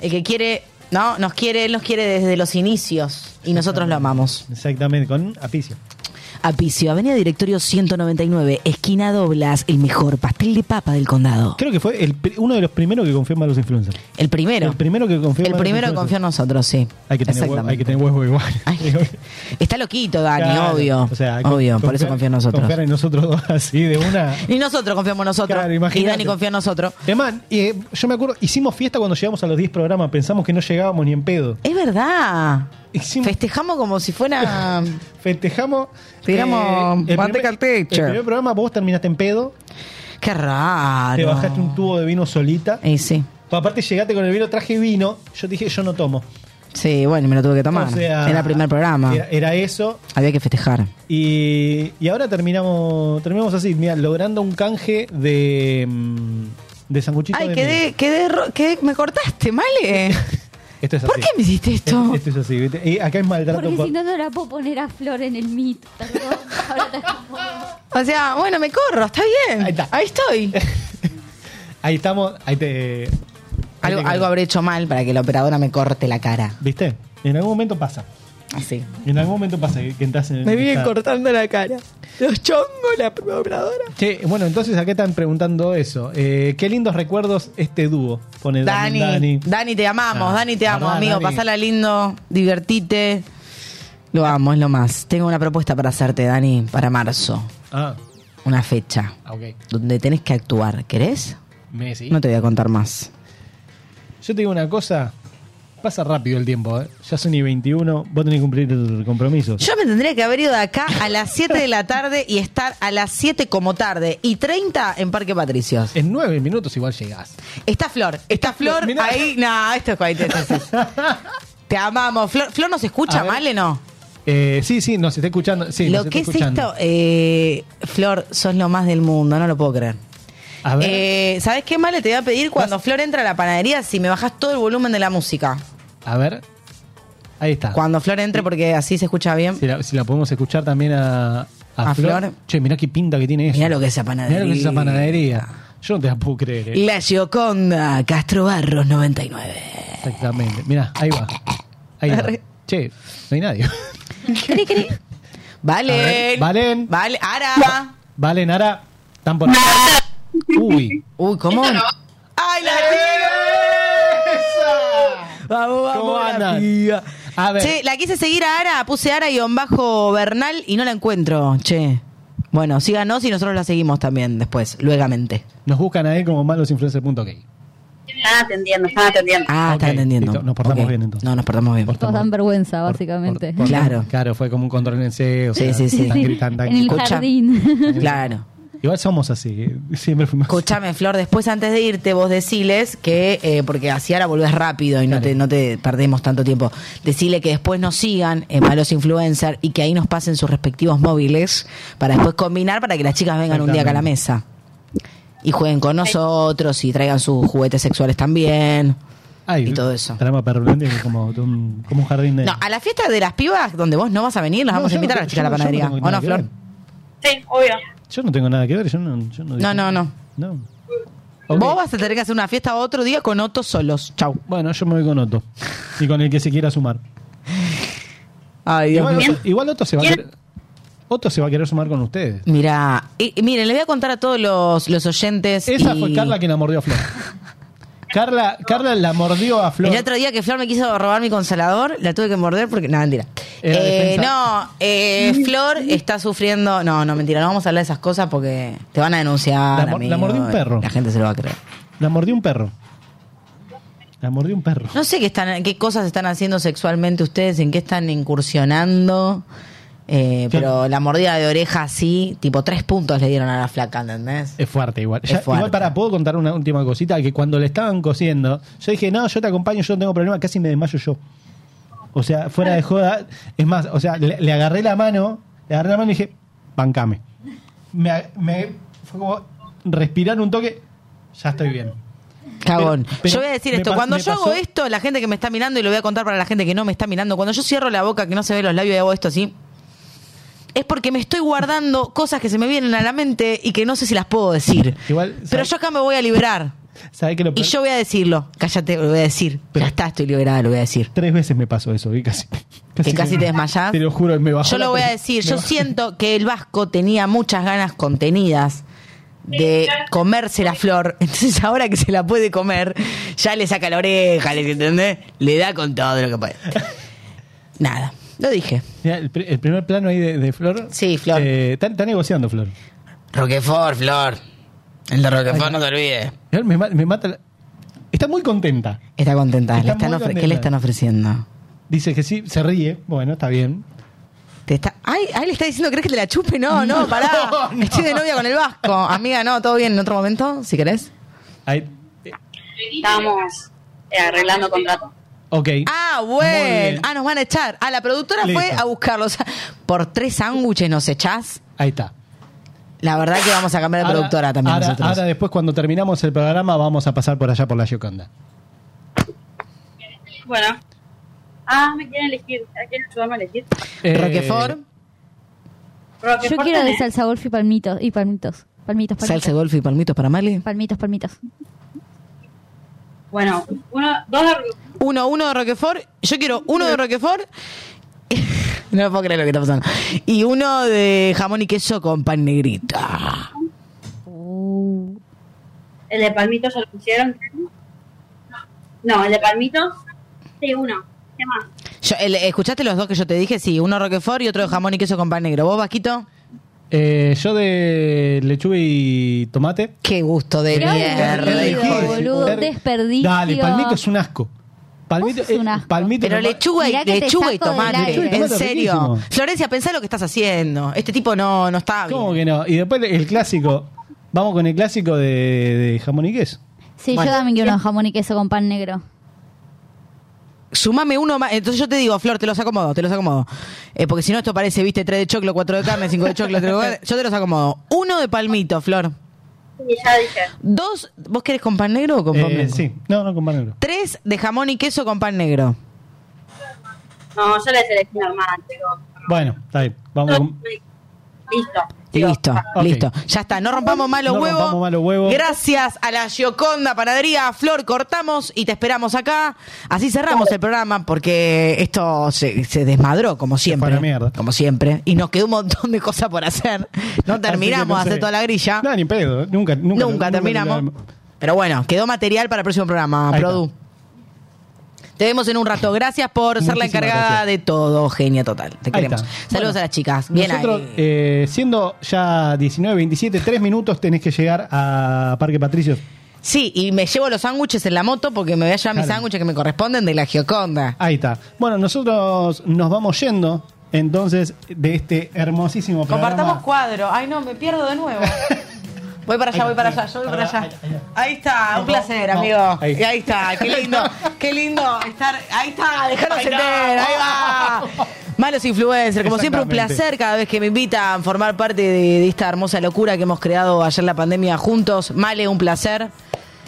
S7: El que quiere. No, nos quiere, él nos quiere desde los inicios. Y nosotros lo amamos.
S4: Exactamente, con apicio.
S7: Apicio, Avenida Directorio 199, esquina Doblas, el mejor pastel de papa del condado.
S4: Creo que fue el pri- uno de los primeros que confió en los influencers.
S7: El primero.
S4: El primero que confió en
S7: El
S4: malos
S7: primero que
S4: influencers.
S7: confió en nosotros, sí.
S4: Hay que tener huevo,
S7: Exactamente.
S4: hay que tener huevo igual.
S7: Está loquito, Dani,
S4: Claro,
S7: obvio.
S4: o sea, con-
S7: obvio, por eso
S4: confiar-
S7: confía en nosotros.
S4: Confiar en nosotros dos así de una.
S7: Y nosotros confiamos en nosotros.
S4: Claro,
S7: y
S4: imagínate.
S7: Dani confía en nosotros.
S4: Además, eh, yo me acuerdo, hicimos fiesta cuando llegamos a los 10 programas, pensamos que no llegábamos ni en pedo.
S7: Es verdad.
S4: Hicimos,
S7: Festejamos como si fuera.
S4: festejamos. eh,
S7: Tiramos
S4: el
S7: manteca al
S4: primer-
S7: techo.
S4: El primer programa vos terminaste en pedo,
S7: Qué raro.
S4: te bajaste un tubo de vino solita.
S7: Ah, Eh, sí.
S4: Aparte llegaste con el vino, traje vino, yo te dije yo no tomo.
S7: Sí, bueno, me lo tuve que tomar.
S4: O sea, eh,
S7: era el primer programa.
S4: Era, era eso.
S7: Había que festejar.
S4: Y, y ahora terminamos terminamos así, mira, logrando un canje de, mm, de sanguchito
S7: Ay,
S4: de
S7: quedé,
S4: miel.
S7: quedé, ro- quedé- me cortaste, ¿vale?
S4: Esto es
S7: ¿Por
S4: así.
S7: qué me hiciste esto?
S4: Esto es así, ¿viste? Y acá es maltrato.
S6: Porque
S4: por-
S6: si no, no la puedo poner a Flor en el meet. Perdón, ahora te acomodo.
S7: O sea, bueno, me corro, está bien. Ahí, estoy.
S4: Ahí estamos, ahí te... ahí
S7: algo,
S4: te-
S7: algo habré hecho mal para que la operadora me corte la cara.
S4: ¿Viste? En algún momento pasa.
S7: Así.
S4: En algún momento pasa que, que entras en...
S7: Me viven
S4: esta-
S7: cortando la cara. Los chongos, la operadora.
S4: Che, bueno, entonces acá están preguntando eso. Eh, qué lindos recuerdos este dúo. Pone
S7: Dani,
S4: Dani.
S7: Dani, te amamos,
S4: Ah,
S7: Dani, te amo,
S4: pará,
S7: amigo.
S4: Dani.
S7: Pasala lindo, divertite. Lo
S4: Ah.
S7: amo, es lo más. Tengo una propuesta para hacerte, Dani, para marzo.
S4: Ah,
S7: Una fecha
S4: ah, ok.
S7: donde tenés que actuar. ¿Querés?
S4: Me decís.
S7: No te voy a contar más.
S4: Yo te digo una cosa. Pasa rápido el tiempo, ¿eh? Ya son y 21. Vos tenés que cumplir el compromiso.
S7: Yo me tendría que haber ido de acá a las 7 de la tarde y estar a las 7 como tarde y 30 en Parque Patricios.
S4: En nueve minutos igual llegás.
S7: Está Flor, está Flor
S4: mirá.
S7: ahí. No, esto es cualquier cosa. Te amamos. Flor, Flor nos
S4: A
S7: escucha,
S4: ver.
S7: ¿vale? No.
S4: Eh, sí, sí, nos está escuchando. Sí,
S7: lo
S4: nos está
S7: que es
S4: escuchando.
S7: esto, eh, Flor, sos lo más del mundo, no lo puedo creer.
S4: A ver.
S7: Eh, ¿Sabes qué mal te voy a pedir cuando Flor entra a la panadería si me bajas todo el volumen de la música?
S4: A ver. Ahí está.
S7: Cuando Flor entre, porque así se escucha bien.
S4: Si la, si la podemos escuchar también a, a,
S7: A
S4: Flor.
S7: Flor.
S4: Che, mirá qué pinta que tiene eso.
S7: Mirá lo que es esa
S4: Mirá lo que es esa
S7: panadería.
S4: panadería. Yo no te la puedo creer. ¿eh?
S7: La Gioconda, Castro Barros 99.
S4: Exactamente. Mirá, ahí va. Ahí va.
S7: Arre.
S4: Che, no hay nadie. A ver,
S7: Valen.
S4: Valen.
S7: Vale, Ara.
S4: Valen, ahora están por acá. Uy.
S7: Uy, ¿cómo? ¡Ay, la tía! Vamos,
S4: ¿Cómo
S7: vamos, la
S4: andan?
S7: tía.
S4: A ver.
S7: Che, la quise seguir a Ara, puse Ara y bajo Bernal y no la encuentro, che. Bueno, síganos y nosotros la seguimos también después, luegamente.
S4: Nos buscan ahí como malosinfluencer.ok.
S5: Están atendiendo, están atendiendo.
S7: Ah,
S4: Ok,
S7: están entendiendo.
S4: listo, nos portamos
S7: Ok.
S4: bien, entonces.
S7: No, nos portamos bien.
S6: Todos dan vergüenza, básicamente.
S4: Por-
S7: Claro.
S4: Claro, fue como un control en C, o
S7: Sí,
S4: sea,
S7: sí, sí.
S4: tan gritan, tan-
S6: en el
S7: escucha.
S6: jardín.
S7: Claro.
S4: Igual somos así, eh, siempre fuimos así.
S7: Escuchame, Flor, después antes de irte, vos deciles que, eh, porque así ahora volvés rápido y no, te, no te perdemos tanto tiempo, decile que después nos sigan en Malos Influencer y que ahí nos pasen sus respectivos móviles para después combinar para que las chicas vengan un día acá a la mesa y jueguen con nosotros y traigan sus juguetes sexuales también.
S4: Ay,
S7: y todo eso.
S4: Trama Perrulandia que es como, un- como un jardín de...
S7: No, a la fiesta de las pibas, donde vos no vas a venir, las
S4: No,
S7: vamos a
S4: yo no
S7: invitar a
S4: tengo-
S7: las chicas a
S4: yo
S7: la
S4: no- yo no
S7: panadería.
S4: tengo
S7: ¿O
S4: nada
S7: no,
S4: que
S7: Flor?
S4: ver.
S15: Sí, obvio.
S4: Yo no tengo nada que ver, yo no... yo no,
S7: No,
S4: dije-
S7: no, no.
S4: No.
S7: Vos vas a tener que hacer una fiesta otro día con otros solos. Chau.
S4: Bueno, yo me voy con Otto. Y con el que se quiera sumar.
S7: Ay,
S4: Igual Otto, igual Otto se va a querer... Otto se va a querer sumar con ustedes.
S7: Mira, y, y miren, les voy a contar a todos los, los oyentes.
S4: Esa
S7: y-
S4: fue Carla quien la mordió a Flor. Carla, Carla la mordió a Flor.
S7: El otro día que Flor me quiso robar mi consolador, la tuve que morder porque. No, mentira.
S4: Era
S7: Eh,
S4: defensa.
S7: no, eh, Flor está sufriendo. No, no, mentira, no vamos a hablar de esas cosas porque te van a denunciar.
S4: La mor-
S7: amigo.
S4: la mordió un perro.
S7: La gente se lo va a creer.
S4: La mordió un perro. La mordió un perro.
S7: No sé qué, están, qué cosas están haciendo sexualmente ustedes, en qué están incursionando. eh,
S4: Yo-
S7: pero la mordida de oreja así, tipo tres puntos le dieron a la flaca, ¿entendés?
S4: Es fuerte igual. Ya-
S7: fuerte.
S4: Igual para, ¿puedo contar una última cosita? Que cuando le estaban cosiendo, yo dije, no, yo te acompaño, yo no tengo problema, casi me desmayo yo. O sea, fuera de joda. Es más, o sea, le, le agarré la mano, le agarré la mano y dije, bancame. Me, a- me- fue como respirar un toque, ya estoy bien.
S7: Cagón.
S4: Pero
S7: yo voy a decir
S4: me
S7: esto.
S4: pa-
S7: Cuando
S4: me
S7: yo hago
S4: pasó-
S7: esto, la gente que me está mirando, y lo voy a contar para la gente que no me está mirando, cuando yo cierro la boca, que no se ve los labios y hago esto así, es porque me estoy guardando cosas que se me vienen a la mente y que no sé si las puedo decir. Pero yo acá me voy a liberar. y yo voy a decirlo. Cállate, lo voy a decir. ya está, estoy liberada, lo voy a decir.
S4: Tres veces me pasó eso, y casi.
S7: Que casi te desmayás.
S4: Te lo juro, me bajó.
S7: Yo
S4: la
S7: lo voy a
S4: presión.
S7: decir,
S4: Me
S7: yo
S4: bajó-
S7: siento que el vasco tenía muchas ganas contenidas de comerse la flor, entonces ahora que se la puede comer, ya le saca la oreja, ¿le entendés? Le da con todo lo que puede. Nada, lo dije.
S4: Mirá, el, pri- el primer plano ahí de, de Flor. Sí, Flor. está, está negociando, Flor.
S7: Roquefort, flor. El de Roquefort, no te olvides.
S4: Mirá, Me, ma- me mata. la- Está muy contenta.
S7: Está contenta, le
S4: Está
S7: están
S4: muy
S7: ofre- ¿qué
S4: contenta.
S7: le están ofreciendo?
S4: Dice que sí, se ríe. Bueno, está bien.
S7: Te está, Ay, ahí le está diciendo, ¿crees que te la chupe? No, no, pará.
S4: No, no.
S7: Estoy de novia con el vasco. Amiga, no, todo bien en otro momento, si querés.
S4: Ahí-
S9: Estamos eh, arreglando contrato.
S4: ok.
S7: Ah,
S4: Muy
S7: bueno.
S4: bien.
S7: Ah, nos van a echar. Ah, la productora fue
S4: Listo.
S7: a buscarlos. Por tres sándwiches nos echás.
S4: Ahí está.
S7: La verdad que vamos a cambiar de
S4: Ahora-
S7: productora también
S4: ahora,
S7: nosotros.
S4: ahora después, cuando terminamos el programa, vamos a pasar por allá por la Yoconda.
S9: Bueno. Ah, me quieren elegir. ¿A quién ayudamos a elegir?
S4: Eh,
S7: Roquefort,
S6: Yo quiero de salsa golf y palmitos. Y palmitos. Palmitos, palmitos.
S7: salsa golf y palmitos para Marley.
S6: Palmitos, palmitos.
S9: Bueno, uno, dos de
S7: Uno, uno de Roquefort. Yo quiero uno de Roquefort. no me puedo creer lo que está pasando. Y uno de jamón y queso con pan negrito.
S9: El de palmito ya lo pusieron. No, el de palmito. Sí, uno. ¿Qué más?
S7: Yo- el- ¿Escuchaste los dos que yo te dije? Sí, uno de Roquefort y otro de jamón y queso con pan negro. ¿Vos, Vasquito?
S4: eh, yo de lechuga y tomate.
S7: Qué gusto de
S4: Mirá,
S7: mierda.
S4: elegí.
S6: Boludo,
S4: Ter-
S6: desperdicio.
S4: Dale, palmito es un asco. Palmito,
S6: Vos sos un
S4: eh,
S6: asco.
S4: palmito
S7: Pero
S4: toma-
S7: lechuga y,
S6: Mirá que te
S7: lechuga y
S6: saco del
S7: tomate,
S6: aire. Lechuga y
S7: en
S4: tomate,
S7: serio.
S4: riquísimo.
S7: Florencia, pensá lo que estás haciendo. Este tipo no, no está bien.
S4: ¿Cómo que no? Y después el clásico. Vamos con el clásico de, de jamón y queso.
S6: Sí,
S7: Bueno.
S6: yo también quiero un jamón y queso con pan negro.
S7: Sumame uno más. Entonces yo te digo, Flor, te los acomodo, te los acomodo. Eh, porque si no, esto parece, viste, tres de choclo, cuatro de carne, cinco de choclo, tres de carne. Yo te los acomodo. Uno de palmito, Flor.
S9: Sí, ya dije.
S7: Dos, ¿vos querés con pan negro o con pan
S4: Eh,
S7: blanco?
S4: sí, no, no con pan negro.
S7: Tres de jamón y queso con pan negro.
S9: No, yo les elegí normal, pero.
S4: Bueno, está bien. Vamos con-
S9: Listo.
S7: Y listo,
S4: Ok.
S7: listo. Ya está, no rompamos más los
S4: No
S7: huevos.
S4: rompamos más los huevos.
S7: Gracias a la Gioconda Panadería, Flor, cortamos y te esperamos acá. Así cerramos el programa porque esto se, se desmadró, como siempre.
S4: la mierda.
S7: Como siempre. Y nos quedó un montón de cosas por hacer. No terminamos de
S4: Así que no
S7: hacer
S4: sé.
S7: toda la grilla.
S4: No, ni pedo. eh. Nunca, nunca,
S7: nunca, terminamos. Pero bueno, quedó material para el próximo programa,
S4: Ahí
S7: Produ. Te vemos en un rato. Gracias por ser la
S4: Muchísimas
S7: encargada
S4: gracias.
S7: de todo, genia total. Te
S4: Ahí
S7: queremos.
S4: está.
S7: Saludos
S4: Bueno,
S7: a las chicas. Bien
S4: Nosotros,
S7: ahí.
S4: eh, siendo ya 19, 27, 3 minutos tenés que llegar a Parque Patricios.
S7: Sí, y me llevo los sándwiches en la moto porque me voy a llevar mis
S4: Claro.
S7: sándwiches que me corresponden de la Gioconda.
S4: Ahí está. Bueno, nosotros nos vamos yendo entonces de este hermosísimo programa.
S7: Compartamos cuadro. Ay, no, me pierdo de nuevo. Voy para allá, voy para allá, yo voy para allá. Ahí está, un placer,
S4: no.
S7: amigo.
S4: Ahí.
S7: Ahí. está, qué lindo, qué lindo estar. Ahí está, dejarnos
S4: Ay, no.
S7: entender, ahí va. Malos influencers, como siempre un
S4: Exactamente.
S7: placer cada vez que me invitan a formar parte de, de esta hermosa locura que hemos creado ayer la pandemia juntos. Male, un placer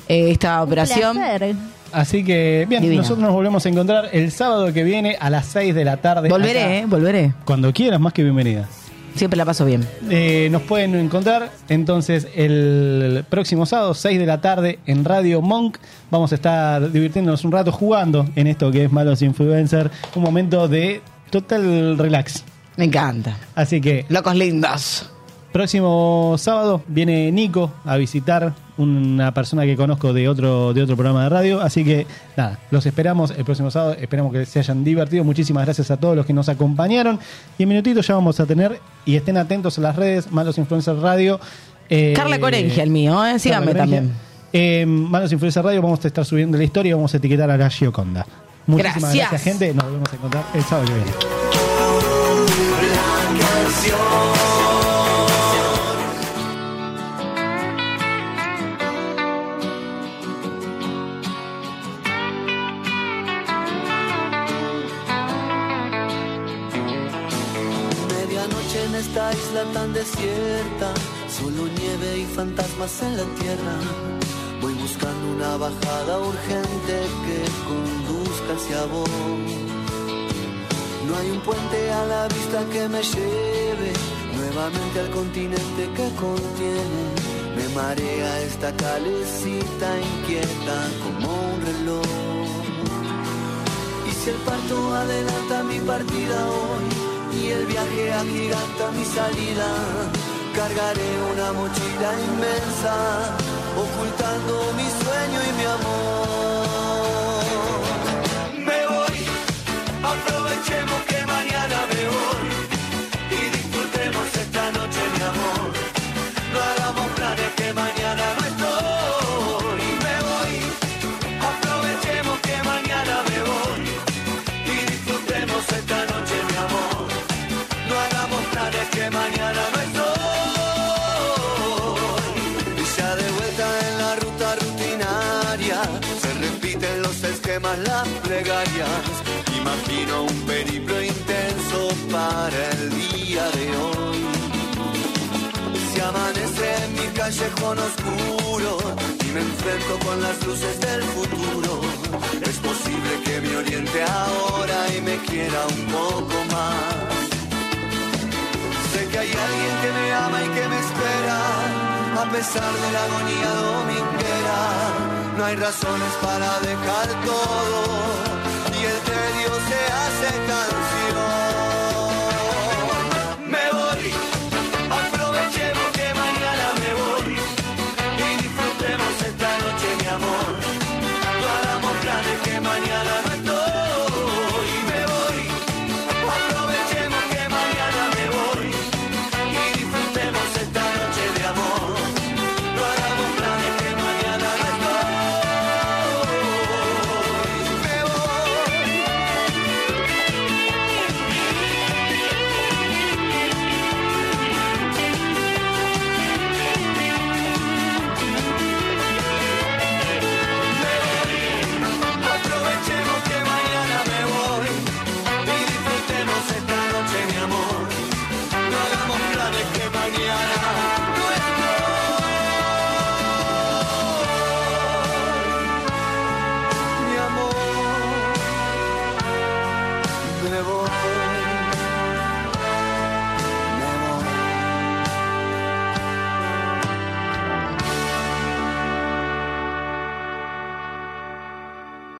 S7: eh, esta operación.
S6: Placer.
S4: Así que, bien,
S7: Divino.
S4: nosotros nos volvemos a encontrar el sábado que viene a las 6 de la tarde.
S7: Volveré,
S4: acá.
S7: eh, volveré.
S4: Cuando quieras, más que bienvenida.
S7: Siempre la paso bien.
S4: Eh, nos pueden encontrar entonces el próximo sábado, 6 de la tarde, en Radio Monk. Vamos a estar divirtiéndonos un rato jugando en esto que es Malos Influencer. Un momento de total relax.
S7: Me encanta.
S4: Así que,
S7: Locos lindos.
S4: próximo sábado viene Nico a visitar una persona que conozco de otro, de otro programa de radio. Así que, nada, los esperamos el próximo sábado. Esperamos que se hayan divertido. Muchísimas gracias a todos los que nos acompañaron. Y en minutitos ya vamos a tener, y estén atentos a las redes, Malos Influencer Radio. Eh,
S7: Carla Corengia, el mío, ¿eh? Síganme
S4: Carla Corengia.
S7: también.
S4: Eh, Manos Influencer Radio, vamos a estar subiendo la historia y vamos a etiquetar a la Gioconda. Muchísimas gracias.
S7: Gracias.
S4: gente. Nos volvemos a encontrar el sábado que viene.
S3: Medianoche en esta isla tan desierta, solo nieve y fantasmas en la tierra. Voy buscando una bajada urgente que conduzca hacia vos. No hay un puente a la vista que me lleve nuevamente al continente que contiene. Me marea esta calecita inquieta como un reloj. Y si el parto adelanta mi partida hoy y el viaje agiganta mi salida, cargaré una mochila inmensa ocultando mi sueño y mi amor. Me voy, aprovechemos que mañana me voy y disfrutemos esta noche, mi amor. No hagamos planes que mañana no estoy. Me voy, aprovechemos que mañana me voy y disfrutemos esta noche, mi amor. No hagamos planes que mañana no estoy. Y ya de vuelta en la ruta rutinaria, se repiten los esquemas, las plegarias. Imagino un periplo intenso para el día de hoy. Se amanece en mi callejón oscuro y me enfrento con las luces del futuro. Es posible que me oriente ahora y me quiera un poco más. Sé que hay alguien que me ama y que me espera, a pesar de la agonía dominguera. No hay razones para dejar todo